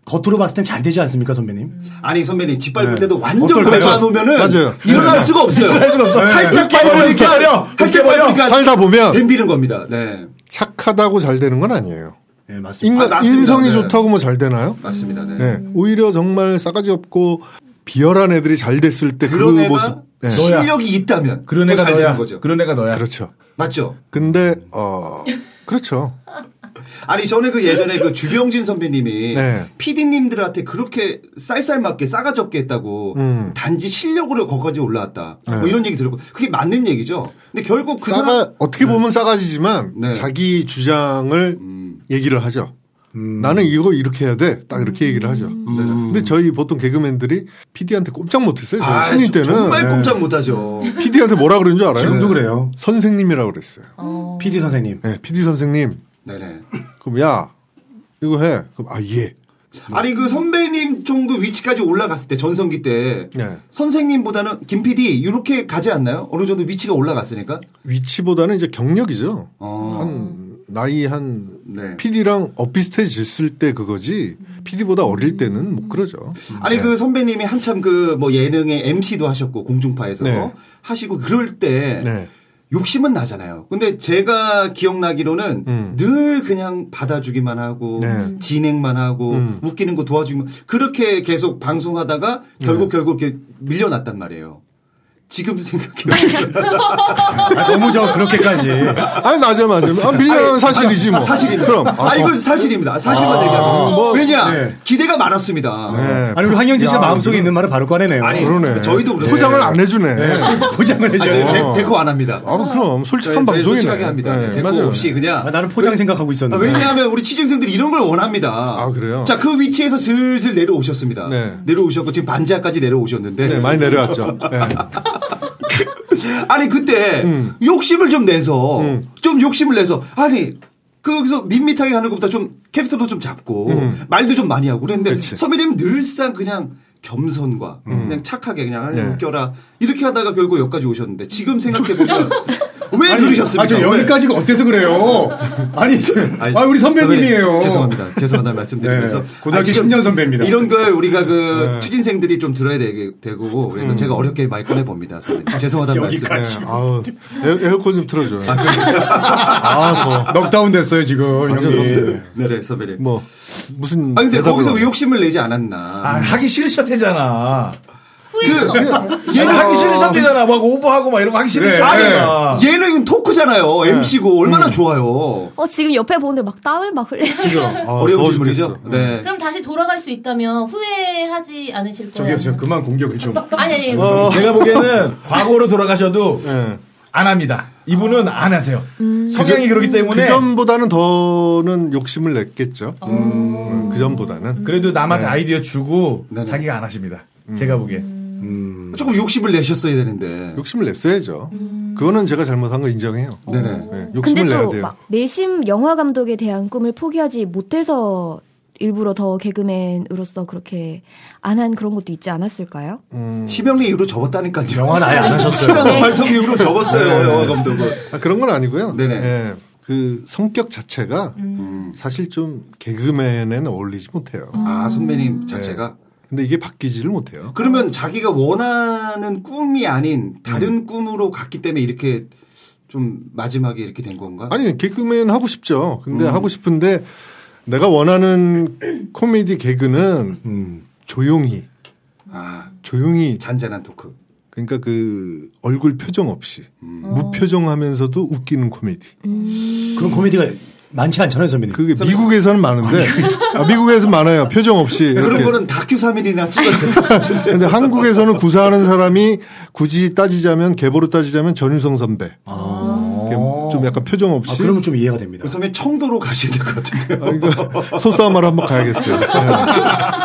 겉으로 봤을 땐 잘 되지 않습니까, 선배님? 아니 선배님 짓밟을 네. 때도 완전 어떨 때죠? 밟아놓으면은 맞아요. 일어날 수가 없어요. 네. 일어날 수가 없어요. 살짝 네. 이렇게 밟으니까 버려. 이렇게 살짝 버려. 밟으니까 살다 보면 덤비는 겁니다. 네 착하다고 잘 되는 건 아니에요. 예, 맞습니다. 인간 아, 맞습니다. 인성이 네. 좋다고 뭐 잘 되나요? 맞습니다. 네. 네. 오히려 정말 싸가지 없고 비열한 애들이 잘 됐을 때 그 그런 애가 모습. 네. 너야. 실력이 있다면 그런 애가 더잘 되는 너야. 거죠. 그런 애가 음. 너야. 그렇죠. 맞죠? 근데 어 그렇죠. 아니 전에 그 예전에 그 주병진 선배님이 네. 피디님들한테 그렇게 쌀쌀맞게 싸가지 없게 네. 했다고 음. 단지 실력으로 거기까지 올라왔다 뭐 네. 이런 얘기 들었고 그게 맞는 얘기죠. 근데 결국 그 싸가 사람 어떻게 보면 싸가지지만 네. 자기 주장을 음, 얘기를 하죠. 나는 이거 이렇게 해야 돼. 딱 음. 이렇게 얘기를 하죠. 음. 근데 저희 보통 개그맨들이 PD한테 꼼짝 못했어요. 저희 아, 신인 때는 정말 꼼짝 [LAUGHS] 못하죠. PD한테 뭐라 그러는 줄 알아요? 음. 지금도 네. 그래요. 선생님이라고 그랬어요. PD 선생님. 네, PD 선생님. 네네. 그럼 야 이거 해. 그럼 아 예. 아니 그 선배님 정도 위치까지 올라갔을 때 전성기 때 네. 선생님보다는 김 PD 이렇게 가지 않나요? 어느 정도 위치가 올라갔으니까 위치보다는 이제 경력이죠. 어. 한 나이 한 네. PD랑 엇비슷해졌을 때 그거지. PD보다 어릴 때는 못 그러죠. 아니 그 선배님이 한참 그 뭐 예능의 MC도 하셨고 공중파에서 네. 하시고 그럴 때 네. 욕심은 나잖아요. 근데 제가 기억나기로는 늘 그냥 받아주기만 하고 음. 네. 진행만 하고 음. 웃기는 거 도와주기만 그렇게 계속 방송하다가 네. 결국 결국 이렇게 밀려났단 말이에요. 지금 생각해 아, 너무 저 그렇게까지. 네. 아니 맞아 맞아. 아, 밀려난 사실이지 뭐. 사실입니다. [LAUGHS] 그럼. 아, 이건 사실입니다. 사실만 아, 얘기하면 뭐, 왜냐 네. 기대가 많았습니다. 네. 아니 우리 황영진 씨 야, 마음속에 있는 말을 바로 꺼내네요. 아니, 그러네. 저희도 그래요. 포장을 안 해주네. [LAUGHS] 포장을 해줘. 아, 저희 대- 대코 안 합니다. 아, 그럼 저희- 저희 솔직한 방송이네. 솔직하게 합니다. 네, 대코 맞아요. 없이 그냥. 나는 포장 생각하고 아, 있었는데. 왜냐하면 우리 취준생들이 이런 걸 원합니다. 아 그래요? 자 그 위치에서 슬슬 내려오셨습니다. 내려오셨고 지금 반지하까지 내려오셨는데. 네, 많이 내려왔죠. 네. [LAUGHS] 아, 아니 그때 욕심을 좀 내서 좀 욕심을 내서 아니 거기서 밋밋하게 하는 것보다 좀 캐릭터도 좀 잡고 음. 말도 좀 많이 하고 그랬는데 선배님 늘상 그냥 겸손과 그냥 착하게 그냥 아이, 네. 웃겨라 이렇게 하다가 결국 여기까지 오셨는데 지금 생각해 보면 왜 아니, 그러셨습니까? 아, 저 왜? 여기까지가 [LAUGHS] 어때서 그래요? 아니, 저- 아니, 아, 우리 선배님이에요. 선배님, 죄송합니다. 죄송하다는 말씀드리면서 아, 네, 고등학교 지금 10년 선배입니다. 네. 이런 걸 우리가 그 취진생들이 좀 들어야 되게 되고 그래서 제가 어렵게 말 꺼내 봅니다. 선배님. 죄송하다는 말씀. 음. 아, 여기까지. 네. 아우, 에어, 에어컨 좀 틀어줘요. 그- 아, 넉다운 됐어요, 지금. 완전 형님. 네, 네, 선배님. 뭐 무슨 아 근데 대답을 거기서 왜 하고. 욕심을 내지 않았나? 아, 하기 싫으셨대잖아. 그, 후회는 없어요. 얘는 아. 하기 싫으셨대잖아. 막 오버하고 막 이런 거 하기 싫으셨대잖아. 아니 얘는 네. 토크잖아요. MC고 음. 얼마나 좋아요. 어, 지금 옆에 보는데 막 땀을 막 흘리시고. 아, 아, 어려운 질문이죠. 네. 그럼 다시 돌아갈 수 있다면 후회하지 않으실 거예요. 저기요, 저 그만 공격을 좀. 아니 아니. 어, 내가 보기에는 과거로 돌아가셔도 네. 안 합니다. 이분은 안 하세요. 성향이 그렇기 때문에 그 전보다는 더는 욕심을 냈겠죠. 어. 음, 그 전보다는 그래도 남한테 아이디어 주고 네네. 자기가 안 하십니다. 제가 보기엔. 음. 조금 욕심을 내셨어야 되는데. 욕심을 냈어야죠. 그거는 제가 잘못한 거 인정해요. 음. 네네. 네, 음. 근데 욕심을 내야 또 돼요. 막 내심 영화 감독에 대한 꿈을 포기하지 못해서 일부러 더 개그맨으로서 그렇게 안 한 그런 것도 있지 않았을까요? 음. 심형래 이후로 접었다니까요. 영화는 아예 안 하셨어요. 심형래 발톱 이후로 접었어요. 네. 영화 감독은. 아, 그런 건 아니고요. 네네. 예, 그 성격 자체가 음. 음. 사실 좀 개그맨에는 어울리지 못해요. 음. 아 선배님 네. 자체가. 근데 이게 바뀌지를 못해요. 그러면 자기가 원하는 꿈이 아닌 다른 음. 꿈으로 갔기 때문에 이렇게 좀 마지막에 이렇게 된 건가? 아니 개그맨 하고 싶죠. 근데 음. 하고 싶은데 내가 원하는 코미디 개그는 음. 조용히 아 조용히 잔잔한 토크. 그러니까 그 얼굴 표정 없이 음. 무표정하면서도 웃기는 코미디. 그런 코미디가 많지 않잖아요, 선배님. 그게 미국에서는 많은데 아, 미국에서 많아요. 표정 없이. 그런 이렇게. 거는 다큐 3일이나 찍어야 될것 같은데. 근데 한국에서는 구사하는 사람이 굳이 따지자면 개보로 따지자면 전유성 선배. 이렇게 좀 약간 표정 없이 어. 아, 아, 그러면 좀 이해가 됩니다. 그 [LAUGHS] 선배님 청도로 가셔야 될 것 같은데요. 음. 소싸움하러 한번 가야겠어요. 네.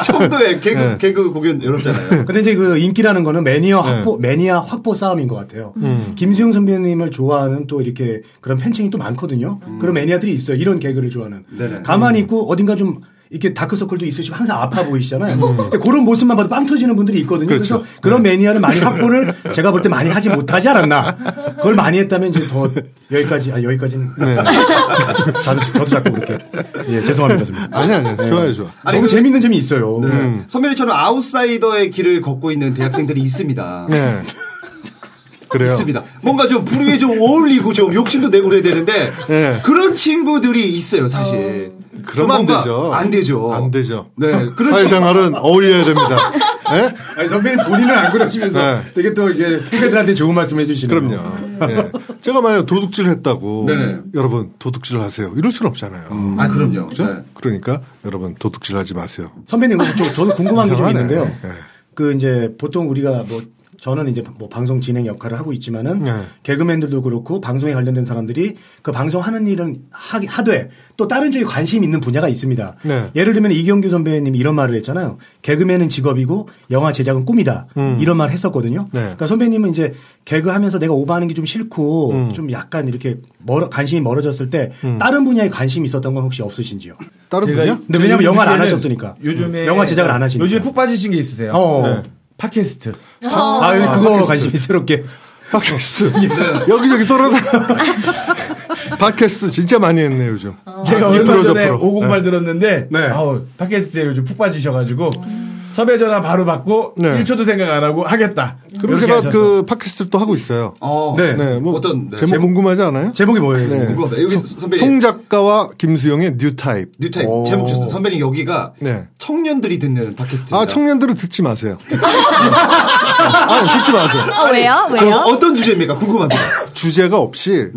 청도에 개그, 네. 개그 공연 열었잖아요. 근데 이제 그 인기라는 거는 매니아 확보, 매니아 확보 싸움인 것 같아요. 음. 김수영 선배님을 좋아하는 또 이렇게 그런 팬층이 또 많거든요. 그런 매니아들이 있어요. 이런 개그를 좋아하는. 네네. 음. 가만히 있고 어딘가 좀 이렇게 다크서클도 있으시고 항상 아파 보이시잖아요. 음. 근데 그런 모습만 봐도 빵 터지는 분들이 있거든요. 그래서 그렇죠. 그런 네. 매니아를 많이 확보를 제가 볼 때 많이 하지 못하지 않았나. 그걸 많이 했다면 이제 더 여기까지, 아, 여기까지는. 네. [LAUGHS] 저도, 저도 자꾸 그렇게. 예, 죄송합니다. 선배님. 아니 아니 네. 좋아요 좋아. 아니, 너무 그- 재밌는 점이 있어요. 음. 선배님처럼 아웃사이더의 길을 걷고 있는 대학생들이 있습니다. 네. 그래요. 있습니다. 뭔가 좀 부류에 좀 어울리고 좀 욕심도 내고 그래야 되는데 네. 그런 친구들이 있어요, 사실. 그러면 안 뭔가 되죠. 안 되죠. 안 되죠. 네, 그런 사회생활은 어울려야 됩니다. 예? 아니 선배님 본인은 안 그러시면서 네. 되게 또 이게 후배들한테 좋은 말씀 해주시는 그럼요. 예. 제가 만약 도둑질 했다고 네네. 여러분 도둑질 하세요. 이럴 수는 없잖아요. 아, 그럼요. 네. 그죠? 그러니까 여러분 도둑질 하지 마세요. 아, 선배님 어, 저, 저도 궁금한 게 좀 이상하네. 있는데요. 예. 그 이제 보통 우리가 뭐 저는 이제 뭐 방송 진행 역할을 하고 있지만은 네. 개그맨들도 그렇고 방송에 관련된 사람들이 그 방송 하는 일은 하, 하되 또 다른 쪽에 관심 있는 분야가 있습니다. 네. 예를 들면 이경규 선배님이 이런 말을 했잖아요. 개그맨은 직업이고 영화 제작은 꿈이다. 음. 네. 이런 말을 했었거든요. 그러니까 선배님은 이제 개그 하면서 내가 오버하는 게 좀 싫고 음. 좀 약간 이렇게 멀어, 관심이 멀어졌을 때 음. 네. 다른 분야에 관심이 있었던 건 혹시 없으신지요? 다른 제가- 분야? 근데 제가 왜냐면 영화를 안 듣기에는 하셨으니까. 요즘에 영화 제작을 안 하시니까. 요즘에 푹 빠지신 게 있으세요? 어. 네. 팟캐스트. 아, 그거 관심이 새롭게. 팟캐스트. 여기저기 돌아다. [LAUGHS] 팟캐스트 진짜 많이 했네 요즘. 제가 이 얼마 프로, 저 전에 프로. 508 아, 네. 들었는데 아우, 팟캐스트에 요즘 푹 빠지셔가지고 섭외 전화 바로 받고 네. 1초도 생각 안 하고 하겠다. 그리고 이렇게 제가 하셔서. 그 팟캐스트 또 하고 있어요. 아, 네. 뭐 어떤, 네. 제목, 제목- 궁금하지 않아요? 제목이 뭐예요? 네. 궁금합니다. 여기 송- 선배님. 송 작가와 김수영의 뉴 타입. 뉴타입 제목 주셨어요. 선배님 여기가 청년들이 듣는 팟캐스트입니다. 네. 아 청년들은 듣지 마세요. 아 듣지 마세요. 아, 왜요? 왜요? 그럼 어떤 주제입니까? 궁금합니다. 주제가 없이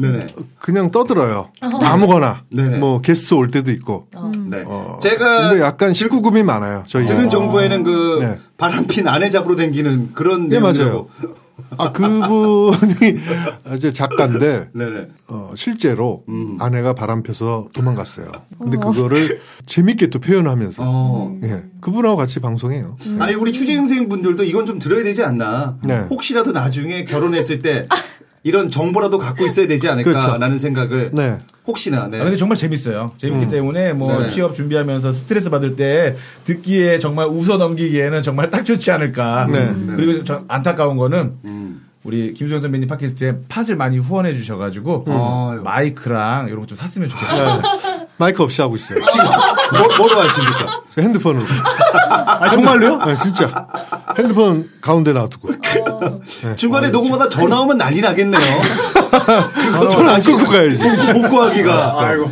그냥 떠들어요. 어허. 아무거나 뭐 게스트 올 때도 있고. 네. 어, 제가 근데 약간 실구금이 많아요. 저희 들은 정보에는 그 바람핀 아내 잡으로 댕기는 그런 네 맞아요. 내용이라고. 아 그분이 [LAUGHS] 이제 작가인데 네, 어, 실제로 음. 아내가 바람 펴서 도망갔어요. 근데 어. 그거를 재밌게 또 표현하면서 어. 예, 그분하고 같이 방송해요. 아니 우리 취재생생 분들도 이건 좀 들어야 되지 않나. 음. 네. 혹시라도 나중에 결혼했을 때 이런 정보라도 갖고 있어야 되지 그렇죠. 않을까라는 생각을 혹시나. 네. 아, 근데 정말 재밌어요. 재밌기 음. 때문에 뭐 네네. 취업 준비하면서 스트레스 받을 때 듣기에 정말 웃어 넘기기에는 정말 딱 좋지 않을까. 네. 음. 음. 그리고 저 안타까운 거는 우리 김수현 선배님 팟캐스트에 팟을 많이 후원해 주셔가지고 음. 마이크랑 이런 거 좀 샀으면 좋겠어요. 마이크 없이 하고 있어요. 지금 뭐, 뭐로 하십니까? 핸드폰으로. 아, 정말로요? 그, 네, 진짜. 핸드폰 가운데 놔두고. 중간에 녹음하다 전화 오면 난리 나겠네요. 그거 전화 아, 안 다시 끊고 그. 가야지. 복구하기가. 아이고.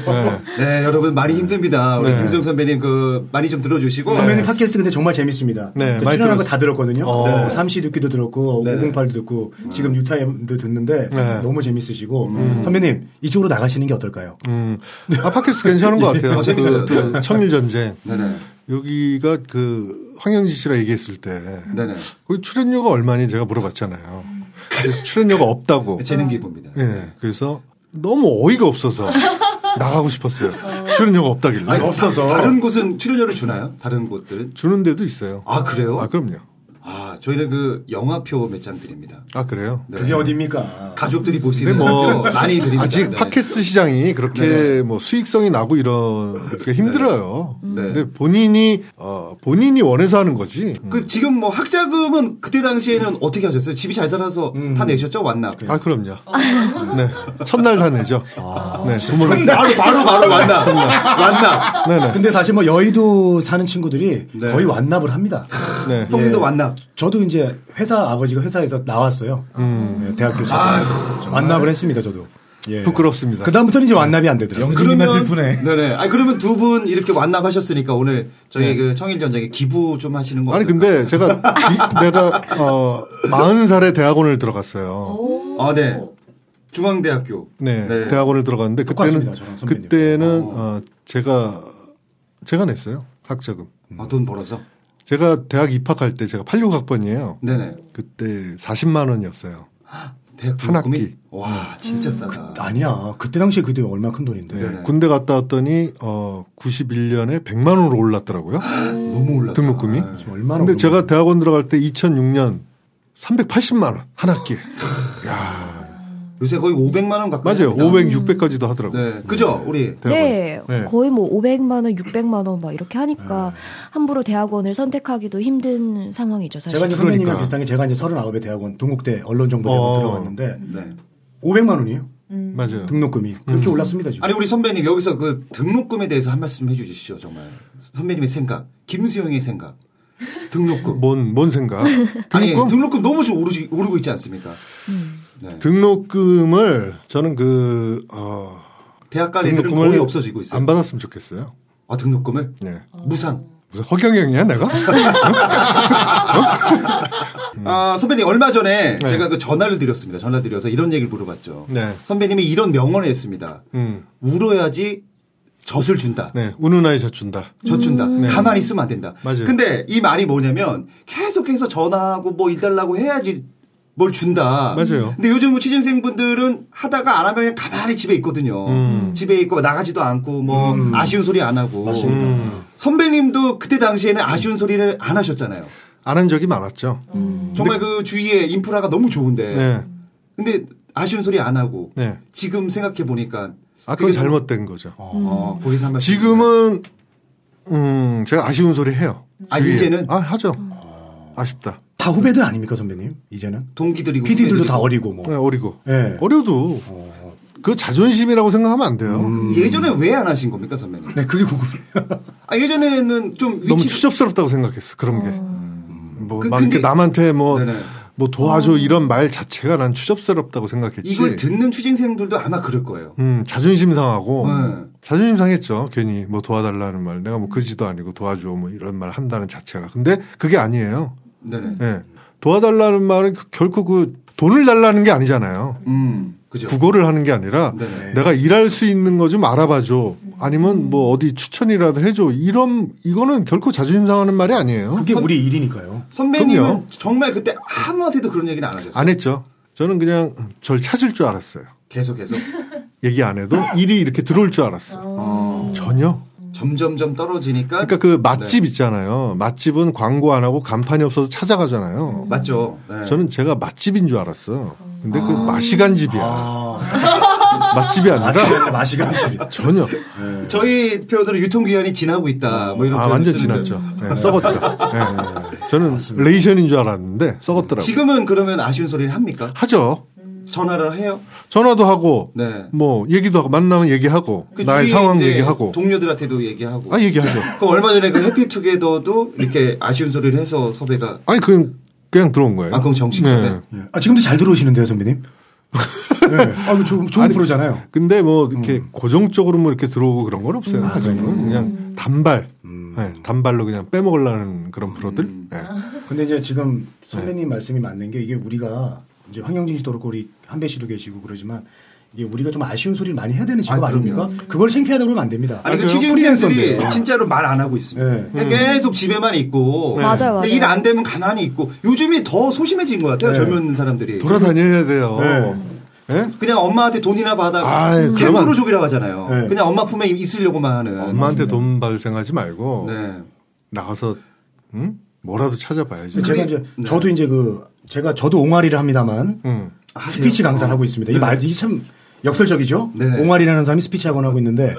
네. 여러분 많이 힘듭니다. 우리 네. 김수영 선배님 그 많이 좀 네. 들어주시고. 선배님 팟캐스트 근데 정말 재밌습니다. 네, 그 많이 출연한 거 들었- 다 들었거든요. 어. 네. 삼시 듣기도 들었고 508도 듣고 지금 뉴타임도 듣는데 네. 너무 재밌으시고 선배님 이쪽으로 나가시는 게 어떨까요? 음. 아, 팟캐스트 괜찮은 것 같아요. 어, 재밌어요. 그, 또 청일전쟁. 네네. 여기가 그 황영지 씨랑 얘기했을 때. 네네. 거기 출연료가 얼마니 제가 물어봤잖아요. 근데 출연료가 없다고. 그 재능 기부입니다. 네. 예. 그래서 너무 어이가 없어서 [LAUGHS] 나가고 싶었어요. 출연료가 없다길래. 아니, 없어서. 다른 곳은 출연료를 주나요? 다른 곳들은? 주는 데도 있어요. 아, 그래요? 아, 그럼요. 아, 저희는 그 영화표 몇 장 드립니다. 아 그래요? 그게 어딥니까? 가족들이 보시는 근데 뭐 많이 드립니다. 아직 네. 팟캐스트 시장이 그렇게 네. 뭐 수익성이 나고 이런 게 힘들어요. 네. 근데 본인이 어, 본인이 원해서 하는 거지. 그 지금 뭐 학자금은 그때 당시에는 어떻게 하셨어요? 집이 잘 살아서 다 내셨죠? 완납. 아 그럼요. 네 첫날 다 내죠. 네 아, 첫날. 바로, 바로, 바로 완납. 완납. 네네. 근데 사실 뭐 여의도 사는 친구들이 거의 완납을 합니다. 네. 예. 형님도 완납. 저도 이제 회사 아버지가 회사에서 나왔어요. 네, 대학교 때 완납을 했습니다. 저도. 예. 음. 부끄럽습니다. 그 다음부터는 이제 완납이 안 되더라고요. 네네. 아 그러면 두 분 이렇게 완납하셨으니까 오늘 저희 네. 그 청일 전쟁에 기부 좀 하시는 거 아니 근데 제가 이- 내가 어 40살에 대학원을 들어갔어요. 아 네. 중앙대학교. 네, 네. 대학원을 들어갔는데 똑같습니다, 그때는 저랑 선배님. 그때는 어, 제가 제가 냈어요 학자금. 음. 아돈 벌어서? 제가 대학 입학할 때 제가 86학번이에요. 네네. 그때 40만 원이었어요. 대학 한 학기. 음. 와 진짜 싸다. 아니야. 그때 당시에 그때 얼마 큰 돈인데. 네. 군대 갔다 왔더니 어 91년에 100만 원으로 올랐더라고요. [GASPS] 음. 너무 올랐다. 네. 등록금이. 얼마나 근데 제가 대학원 들어갈 때 2006년 380만 원 한 학기에. 요새 거의 500만 원 가까이. 맞아요. 합니다. 500, 600까지도 하더라고요. 네. 그죠? 우리. 네, 네. 거의 뭐 500만 원, 600만 원 막 이렇게 네. 하니까 함부로 대학원을 선택하기도 힘든 상황이죠, 사실. 제가 이제 선배님이랑 비슷한 게 제가 이제 39에 대학원 동국대 언론정보대학원 어. 네. 들어갔는데 네. 500만 원이에요. 맞아요. 등록금이 그렇게 올랐습니다 지금. 아니 우리 선배님 여기서 그 등록금에 대해서 한 말씀 해주시죠 정말 선배님의 생각, 김수영의 생각, 등록금. 뭔, 뭔 [LAUGHS] 생각? 아니 뭐, 등록금? 등록금 너무 좀 오르지, 오르고 있지 않습니까? 네. 등록금을 저는 그 어, 대학 간 애들은 등록금을 거의 없어지고 있어요. 안 받았으면 좋겠어요. 아 등록금을? 네. 무상. 무슨 허경영이야 내가? [LAUGHS] 음. 아 선배님 얼마 전에 제가 그 전화를 드렸습니다. 전화 드려서 이런 얘기를 물어봤죠. 네. 선배님이 이런 명언을 했습니다. 음. 울어야지 젖을 준다. 네. 우는 아이 젖준다. 젖준다. 네. 가만히 있으면 안 된다. 맞아요. 근데 이 말이 뭐냐면 계속해서 전화하고 뭐 일달라고 해야지 뭘 준다. 맞아요. 근데 요즘 뭐 취준생분들은 하다가 안 하면 그냥 가만히 집에 있거든요. 음. 집에 있고 나가지도 않고 뭐 아쉬운 소리 안 하고. 맞습니다. 선배님도 그때 당시에는 아쉬운 소리를 안 하셨잖아요. 안 한 적이 많았죠. 정말 그 주위에 인프라가 너무 좋은데. 네. 근데 아쉬운 소리 안 하고 네. 지금 생각해 보니까 아, 그건 잘못된 거죠. 어, 거기서 한번 지금은 음, 제가 아쉬운 소리 해요. 아, 주위에. 이제는? 아, 하죠. 아쉽다. 다 후배들 아닙니까 선배님? 이제는 동기들이고 PD들도 다 후배들이고. 어리고 뭐. 네, 어리고. 예. 어려도 그 자존심이라고 생각하면 안 돼요. 음. 예전에 왜 안 하신 겁니까 선배님? 음. 네, 그게 궁금해요. 아, 예전에는 좀 위치 너무 추접스럽다고 생각했어 그런 게. 뭐 음. 그- 막 이렇게 근데- 남한테 뭐 뭐 도와줘 이런 말 자체가 난 추접스럽다고 생각했지. 어. 이걸 듣는 취준생들도 아마 그럴 거예요. 음, 자존심 상하고 네. 자존심 상했죠. 괜히 뭐 도와달라는 말, 내가 뭐 그지도 아니고 도와줘 뭐 이런 말 한다는 자체가. 근데 그게 아니에요. 네네. 예. 도와달라는 말은 그- 결코 그 돈을 달라는 게 아니잖아요. 음, 그죠. 네. 구걸을 네. 하는 게 아니라 내가 일할 수 있는 거 좀 알아봐줘. 아니면 음. 뭐 어디 추천이라도 해줘. 이런 이거는 결코 자존심 상하는 말이 아니에요. 그게 우리 일이니까요. 선배님은 그럼요. 정말 그때 아무한테도 그런 얘기는 안 하셨어요. 안 했죠. 저는 그냥 절 찾을 줄 알았어요. 계속 계속. 음. 얘기 [LAUGHS] 안 해도 일이 이렇게 들어올 줄 알았어요. 전혀. 점점점 떨어지니까. 그러니까 그 맛집 네. 있잖아요. 맛집은 광고 안 하고 간판이 없어서 찾아가잖아요. 맞죠. 네. 아. 저는 제가 맛집인 줄 알았어. 근데 그 마시간 집이야. 맛집이 아니라 아. 마시간 집이 전혀. 네. 저희 표현으로 유통기한이 지나고 있다. 뭐 이런 아 표현을 완전 쓰는데. 지났죠. [LAUGHS] 네, 썩었죠. 네, 네. 저는 레이션인 줄 알았는데 썩었더라고요. 지금은 그러면 아쉬운 소리를 합니까? 하죠. 전화를 해요. 전화도 하고 네. 뭐 얘기도 하고 만나면 얘기하고 그 나의 주위에 상황 이제 얘기하고 동료들한테도 얘기하고. 아 얘기하죠. 그 얼마 전에 그 해피투게더도 이렇게 아쉬운 소리를 해서 섭외가 아니 그냥 그냥 들어온 거예요. 네. 아, 그럼 정식 섭외? 예. 아, 지금도 잘 들어오시는데요, 선배님? 네. 아, 이거 좋은, 좋은 프로잖아요. 근데 뭐 이렇게 고정적으로 뭐 이렇게 들어오고 그런 건 없어요. 사실은 그냥 단발, 네, 단발로 그냥 빼먹으려는 그런 프로들. 네. 근데 이제 지금 네. 선배님 말씀이 맞는 게 이게 우리가 이제 황영진 씨도 그렇고 우리 한배 씨도 계시고 그러지만 이게 우리가 좀 아쉬운 소리를 많이 해야 되는 직업 아, 아, 닙니까 그럼요. 그걸 창피하다고 그러면 안 됩니다. 아니 그 프리랜서인데. 취준생들이 진짜로 말 안 하고 있습니다. 음. 그냥 계속 집에만 있고 네. 맞아요, 맞아요. 일 안 되면 가만히 있고 요즘이 더 소심해진 것 같아요 네. 젊은 사람들이 돌아다녀야 돼요. 예? 그냥 엄마한테 돈이나 받아 아이, 그러면 캥거루 족이라고 하잖아요. 네. 그냥 엄마 품에 있으려고만 하는 엄마한테 돈 발생하지 말고 네. 나가서 음? 뭐라도 찾아봐야지. 제가 이제 네. 저도 이제 그 제가 저도 옹알이를 합니다만 음. 스피치 어. 강사를 하고 있습니다. 이 네. 말, 이참 역설적이죠. 옹알이라는 사람이 스피치 학원 하고 있는데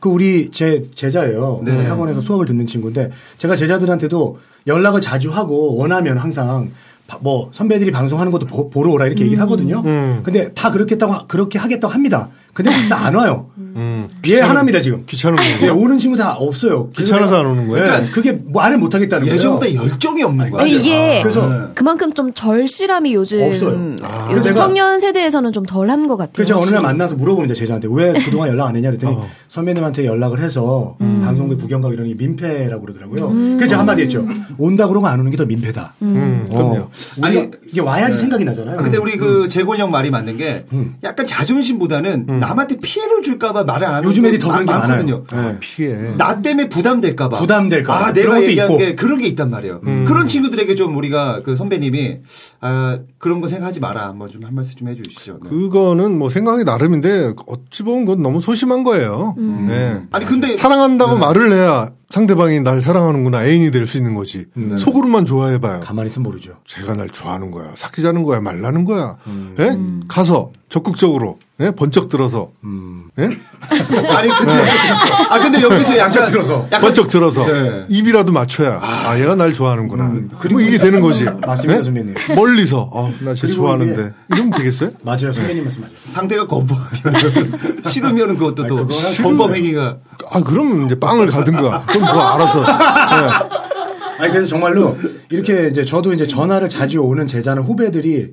그 우리 제 제자예요. 네. 우리 학원에서 수업을 듣는 친구인데 제가 제자들한테도 연락을 자주 하고 원하면 항상 바- 뭐 선배들이 방송하는 것도 보, 보러 오라 이렇게 음. 얘기를 하거든요. 근데 다 그렇겠다고 그렇게 하겠다고 합니다. 근데 막상 안 와요. 음. 예 하나입니다 지금. [LAUGHS] 귀찮은 음. 예, 오는 친구 다 없어요. 귀찮아서 안 오는 거예요? 그러니까 그게 뭐 안을 못 하겠다는 거예요. 예전보다 열정이 없는 거야. 근데 예. 이게 아, 그래서 그만큼 좀 절실함이 요즘 네. 없어요. 아. 요즘 내가- 청년 세대에서는 좀 덜한 것 같아요. 그래서 제가 어느 날 확실히. 만나서 물어보는 데 제자한테 왜 그동안 연락 안 했냐 그랬더니 선배님한테 연락을 해서 방송국 구경 가고 이런 게 민폐라고 그러더라고요. 음. 그래서 제가 한마디 했죠. 온다 그러고 안 오는 게 더 민폐다. 음, 그럼요. 아니 이게 와야지 생각이 나잖아요. 아, 근데 우리 음. 그 재곤이 형 말이 맞는 게 약간 자존심보다는 남한테 피해를 줄까봐 말을 안 하는 요즘 애들이 거 더 그런 게 많- 많거든요. 네. 많거든요. 피해. 나 때문에 부담될까봐. 음. 부담될까봐. 아, 내가 그런 것도 얘기한 있고. 게 그런 게 있단 말이에요. 음. 그런 친구들에게 좀 우리가 그 선배님이 아, 그런 거 생각하지 마라. 한번 좀 한 말씀 좀 해주시죠. 네. 그거는 뭐 생각이 나름인데 어찌 보면 그건 너무 소심한 거예요. 예. 아니 근데 사랑한다고 말을 해야 상대방이 날 사랑하는구나 애인이 될 수 있는 거지. 속으로만 좋아해봐요. 가만히 있으면 모르죠. 제가 날 좋아하는 거야. 사귀자는 거야. 말라는 거야. 음. 예? 가서 적극적으로 예? 번쩍 들어서. 음. 예? 아니 근데 네. 아 근데 여기서 약간 약간 번쩍 들어서 입이라도 맞춰야 아, 얘가 날 좋아하는구나. 그리고 이게 되는 거지. 예? 맞습니다, 선배님. 멀리서 어, 나 진짜 그리고 좋아하는데 이러면 되겠어요? 맞아요, 선배님 말씀 맞아요. 상대가 거부하면 싫으면 그것도 또 그거는 범법 행위가 아 그럼 이제 빵을 가든가. 그럼 뭐 알아서. 예. 아니 그래서 정말로 이렇게 이제 저도 이제 전화를 자주 오는 제자는 후배들이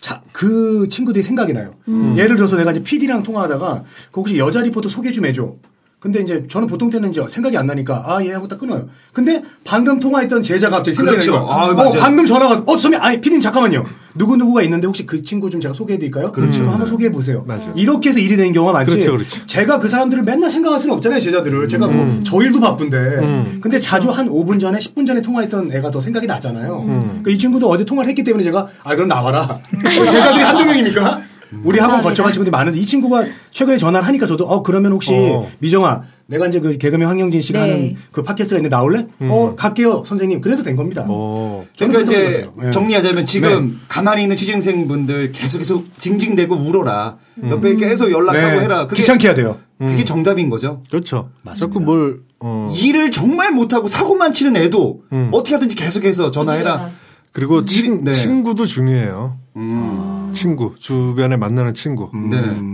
자, 그 친구들이 생각이 나요. 음. 예를 들어서 내가 이제 PD랑 통화하다가 그 혹시 여자 리포터 소개 좀 해줘. 근데 이제 저는 보통 때는 이제 생각이 안 나니까 아 예 하고 딱 끊어요. 근데 방금 통화했던 제자가 갑자기 생각이 그렇죠. 나요. 아, 어, 맞아요. 방금 전화 가서 어 선배 아니 피디님 잠깐만요. 누구 누구가 있는데 혹시 그 친구 좀 제가 소개해 드릴까요? 그렇죠. 그럼 한번 소개해 보세요. 이렇게 해서 일이 되는 경우가 많지. 그렇죠, 그렇죠. 제가 그 사람들을 맨날 생각할 수는 없잖아요, 제자들을. 제가 뭐 저 일도 바쁜데. 음. 근데 자주 한 5분 전에 10분 전에 통화했던 애가 더 생각이 나잖아요. 음. 그러니까 이 친구도 어제 통화를 했기 때문에 제가 아 그럼 나와라. 제자들이 한두 명이니까. 우리 학원 거쳐간 친구들이 많은데 이 친구가 최근에 전화를 하니까 저도 어 그러면 혹시 어. 미정아 내가 이제 그 개그맨 황영진 씨가 네. 하는 그 팟캐스트가 있는데 나올래? 음. 어 갈게요 선생님. 그래서 된 겁니다. 어. 그러니까 저는 그랬던 이제 것 같아요. 예. 정리하자면 지금 네. 가만히 있는 취준생분들 계속 계속 징징대고 울어라. 옆에 계속 연락하고 네. 해라. 그게 귀찮게 음. 해야 돼요. 그게 정답인 거죠. 그렇죠. 자꾸 뭘 어. 일을 정말 못하고 사고만 치는 애도 음. 어떻게 하든지 계속해서 전화해라. 그리고 친, 친구도 중요해요. 음. 친구 주변에 만나는 친구.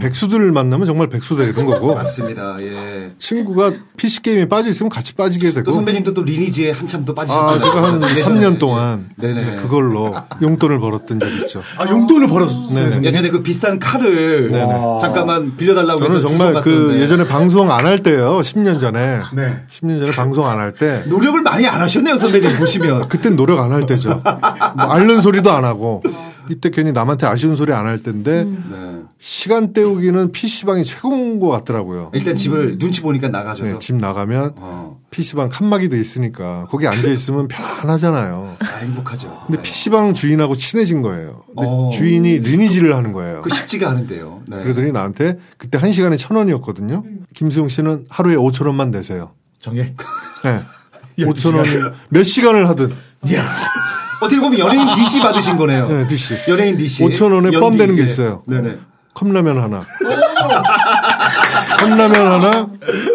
백수들을 만나면 정말 음. 백수다 이런 [LAUGHS] 거고. 맞습니다. 예. 친구가 PC 게임에 빠져 있으면 같이 빠지게 되고. 또 선배님도 또 리니지에 한참 또 아, 빠지셨잖아요. 네, 제가 한 예전에. 3년 동안 네네. 그걸로 용돈을 벌었던 적 [LAUGHS] 있죠. 아 용돈을 벌었어요. 네네. 예전에 그 비싼 칼을 네네. 잠깐만 빌려달라고 저는 해서 정말 주워갔던, 그 네. 예전에 방송 안 할 때요. 10년 전에. 네. 10년 전에 방송 안 할 때. 노력을 많이 안 하셨네요, [LAUGHS] 선배님 보시면. 그땐 노력 안 할 때죠. 뭐 앓는 소리도 안 하고. 이때 괜히 남한테 아쉬운 소리 안 할 때인데 음. 네. 음. 시간 때우기는 PC방이 최고인 것 같더라고요. 예, 일단 집을 눈치 보니까 나가셔서. 네, 어, 집 나가면 PC방 칸막이 돼 있으니까 거기 앉아있으면 편안하잖아요. 아, 행복하죠. 근데 PC방 주인하고 친해진 거예요. 근데 어. 주인이 리니지를 하는 거예요. 그 쉽지가 않은데요. 네. 그러더니 나한테 그때 한 시간에 천 원이었거든요. 김수용 씨는 하루에 5천 원만 내세요. 정해. 네. 5천 원. 몇 시간을 하든. 어떻게 보면 [LAUGHS] 연예인 DC 받으신 거네요. 네, DC. 연예인 DC. 5천 원에 연디, 포함되는 게 네. 있어요. 네네. 컵라면 하나. 컵라면 하나,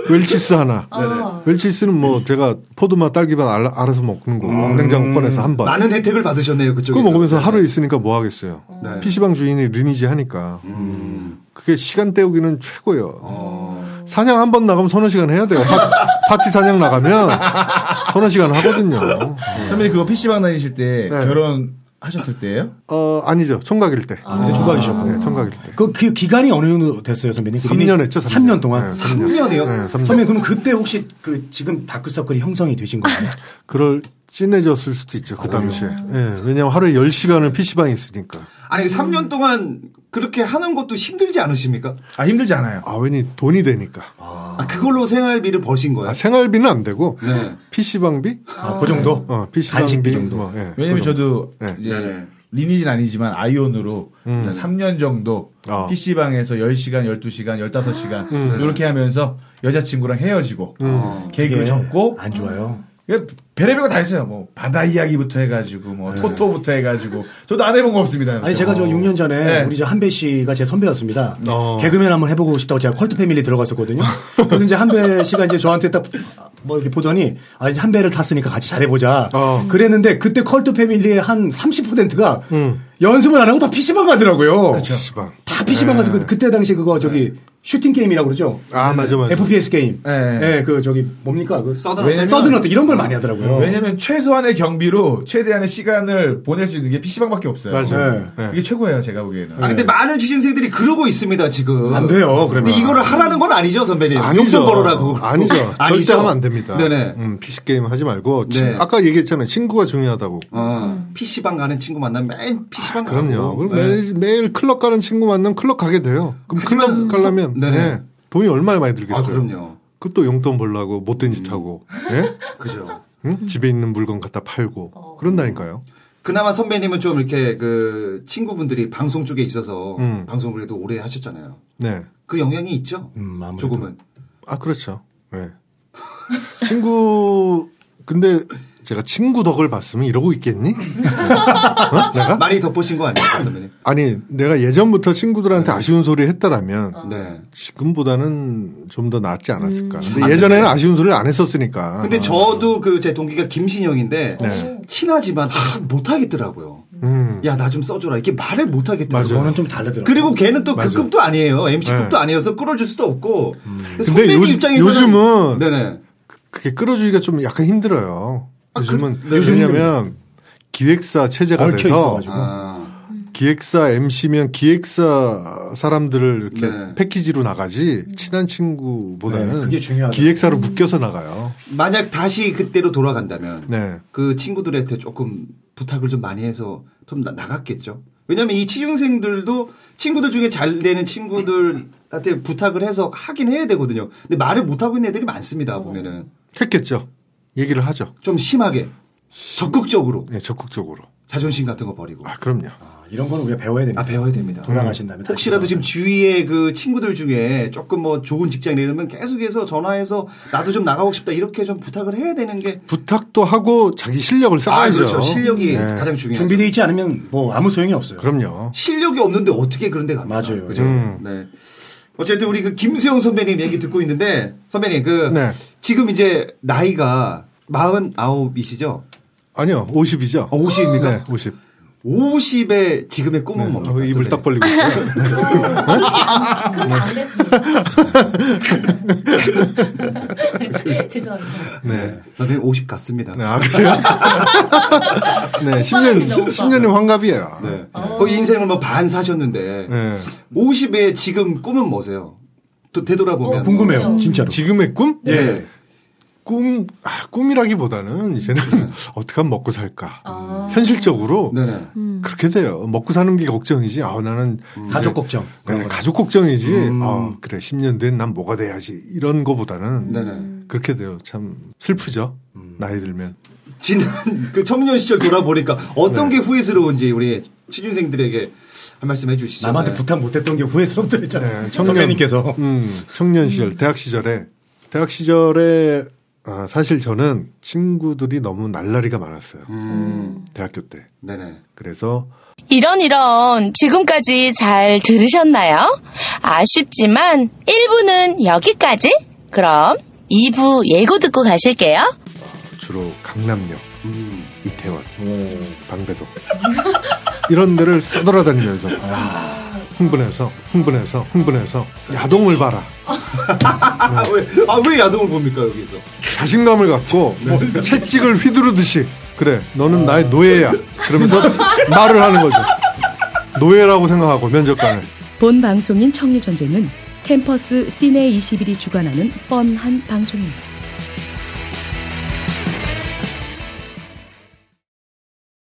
웰치스 하나. 어. 네네. 웰치스는 뭐 제가 포도맛 딸기맛 알- 알아서 먹는 거고 냉장고 꺼내서 한 번. 많은 혜택을 받으셨네요, 그쪽에서. 그거 먹으면서 하루에 있으니까 뭐 하겠어요. 네. PC방 주인이 리니지 하니까. 음. 그게 시간 때우기는 최고예요. 어. 사냥 한 번 나가면 서너 시간 해야 돼요. 파, 티 사냥 나가면 서너 시간 하거든요. 선배님 그거 PC방 다니실 때 네. 결혼하셨을 때예요? 어, 아니죠. 총각일 때. 그때 조각이셨고. 네, 총각일 때. 그, 그 기간이 어느 정도 됐어요, 선배님? 삼 그게 년 했죠, 삼 3년 동안. 네, 삼 년. 삼년이요? 네, 삼 년. 선배님, 그럼 그때 혹시 그 지금 다크서클이 형성이 되신 거예요? 그럴 진해졌을 수도 있죠. 그 당시에. 예, 왜냐면 하루에 10시간을 PC방에 있으니까. 아니, 3년 동안 그렇게 하는 것도 힘들지 않으십니까? 아, 힘들지 않아요. 아, 왠지 돈이 되니까. 아, 네. 그걸로 생활비를 버신 거예요? 아, 생활비는 안 되고. 네. PC방비? 아, 그 정도? 어, PC방비 간식비 정도. 뭐, 예, 왜냐면 그 정도. 저도 예. 이제 네. 네. 리니지는 아니지만 아이온으로 3년 정도 어. PC방에서 10시간, 12시간, 아. 15시간 음. 이렇게 하면서 여자친구랑 헤어지고 음. 계획을 그게 접고 예. 음. 안 좋아요. 별의별 거 다 했어요. 뭐 바다 이야기부터 해가지고 뭐 토토부터 해가지고 저도 안 해본 거 없습니다. 아니 제가 저 6년 전에 우리 저 한배 씨가 제 선배였습니다. 어. 개그맨 한번 해보고 싶다고 제가 컬트 패밀리 들어갔었거든요. 그래서 이제 한배 씨가 이제 저한테 딱 뭐 이렇게 보더니 아 이제 한배를 탔으니까 같이 잘해보자. 그랬는데 그때 컬트 패밀리의 한 30%가 연습을 안 하고 다 PC방 가더라고요. PC방. 다 PC방 가서 그, 그때 당시 그거 저기 슈팅 게임이라고 그러죠. 아, 맞아, 맞아. FPS 게임. 네. 예, 그 저기 뭡니까? 그 서든 어택. 서든 어택 이런 걸 많이 하더라고요. 음, 왜냐면 최소한의 경비로 최대한의 시간을 보낼 수 있는 게 PC방밖에 없어요. 맞아요. 네. 그게 최고예요, 제가 보기에는. 아, 근데 많은 취준생들이 그러고 있습니다, 지금. 안 돼요, 그러면. 근데 이거를 하라는 건 아니죠, 선배님. 용돈 벌어라고. 아니죠. [LAUGHS] 절대 하면 안 됩니다. 네네. 음, PC게임 하지 말고. 친- 네. 아까 얘기했잖아요. 친구가 중요하다고. 아, PC방 가는 친구 만나면 맨 PC방 가고. 아, 그럼요. 그럼 네. 매일, 매일 클럽 가는 친구 만나면 클럽 가게 돼요. 그럼 클럽 가려면 네. 네, 돈이 얼마나 많이 들겠어요. 아, 그럼요. 음. 그또 용돈 벌라고 못된 짓 하고. 예? 그죠. [LAUGHS] 응? 집에 있는 물건 갖다 팔고. 그런다니까요. 그나마 선배님은 좀 이렇게 그 친구분들이 방송 쪽에 있어서 음. 방송 그래도 오래 하셨잖아요. 네. 그 영향이 있죠? 음, 음, 조금은. 아 그렇죠. 네. 친구 근데 제가 친구 덕을 봤으면 이러고 있겠니? [LAUGHS] 어? 내가 많이 덧보신 거 아니에요, 그 선배님? 아니 내가 예전부터 친구들한테 아쉬운 소리 했다라면 네. 지금보다는 좀 더 낫지 않았을까. 안 근데 예전에는 아쉬운 소리를 안 네. 했었으니까. 근데 저도 그 제 동기가 김신영인데 어. 네. 친하지만 하, 못하겠더라고요. 음. 야 나 좀 써줘라 이렇게 말을 못하겠더라고요. 맞아요. 그거는 좀 다르더라고요. 그리고 걔는 또 그 맞아요. 급도 아니에요. MC급도 네. 음. 아니어서 끌어줄 수도 없고. 근데 근데 선배님 요, 입장에서는 즘은 음. 네네. 그게 끌어주기가 좀 약간 힘들어요. 요즘은 아, 그, 네. 요즘 왜냐면 기획사 체제가 얽혀 돼서 아. 음. 있어가지고. 기획사 MC면 기획사 사람들을 이렇게 패키지로 나가지 친한 친구보다는 네, 그게 중요하다. 기획사로 묶여서 나가요. 만약 다시 그때로 돌아간다면 네. 그 친구들한테 조금 부탁을 좀 많이 해서 좀 나, 나갔겠죠. 왜냐면 이 취준생들도 친구들 중에 잘 되는 친구들한테 부탁을 해서 하긴 해야 되거든요. 근데 말을 못 하고 있는 애들이 많습니다. 보면은 했겠죠. 얘기를 하죠. 좀 심하게 적극적으로. 네, 적극적으로. 자존심 같은 거 버리고. 아, 그럼요. 이런 건 우리가 배워야 됩니다. 아, 배워야 됩니다. 돌아가신 다음에 다시 혹시라도 지금 주위에 그 친구들 중에 조금 뭐 좋은 직장 내려면 계속해서 전화해서 나도 좀 나가고 싶다 이렇게 좀 부탁을 해야 되는 게 부탁도 하고 자기 실력을 쌓아야죠. 음, 네. 그렇죠. 실력이 가장 중요하죠. 준비돼 있지 않으면 뭐 아무 소용이 없어요. 그럼요. 실력이 없는데 어떻게 그런 데 갑니까? 맞아요. 그죠? 음. 네. 어쨌든 우리 그 김수영 선배님 얘기 듣고 있는데 선배님 그 네. 지금 이제 나이가 49이시죠? 아니요, 50이죠. 50입니까? 어, 네, 50. 50의 지금의 꿈은 뭡니까? 네. 어, 입을 딱 벌리고 있어요. 그럼 다안 됐습니다. [LAUGHS] 죄송합니다. 네. 선배님 50 같습니다. 네, 아, [LAUGHS] 그래요? 네, 10년, 같습니다, 오빠. 10년이 환갑이에요. 네. 거의 인생을 뭐 반 사셨는데 네. 50의 지금 꿈은 뭐세요? 또 어, 되돌아보면 뭐. 지금의 꿈? 예. 꿈, 아, 꿈이라기보다는 이제는 네. 어떻게 하면 먹고 살까. 현실적으로 음. 그렇게 돼요. 먹고 사는 게 걱정이지. 아, 나는 가족 음. 이제- 걱정. 네, 가족 걱정이지. 아, 그래 10년 된 난 뭐가 돼야지 이런 거보다는 그렇게 돼요. 참 슬프죠. 나이 들면. 지난 [LAUGHS] 그 청년 시절 돌아보니까 어떤 네. 게 후회스러운지 우리 취준생들에게 한 말씀 해주시죠. 남한테 네. 부탁 못했던 게 후회스럽더랬잖아요. 청년- 선배님께서 음, 청년 시절, 대학 시절에 대학 시절에 아, 사실 저는 친구들이 너무 날라리가 많았어요. 대학교 때. 음. 네네. 그래서 이런 이런 지금까지 잘 들으셨나요? 아쉽지만 1부는 여기까지. 그럼 2부 예고 듣고 가실게요. 주로 강남역, 이태원, 방배동 이런 데를 써돌아다니면서 흥분해서 흥분해서 흥분해서 야동을 봐라. 왜, 아, 왜 야동을 봅니까 여기서? 자신감을 갖고 채찍을 휘두르듯이 그래 너는 나의 노예야 그러면서 말을 하는 거죠 노예라고 생각하고 면접관을 본 방송인 청일전쟁은 캠퍼스 시내 21이 주관하는 뻔한 방송입니다.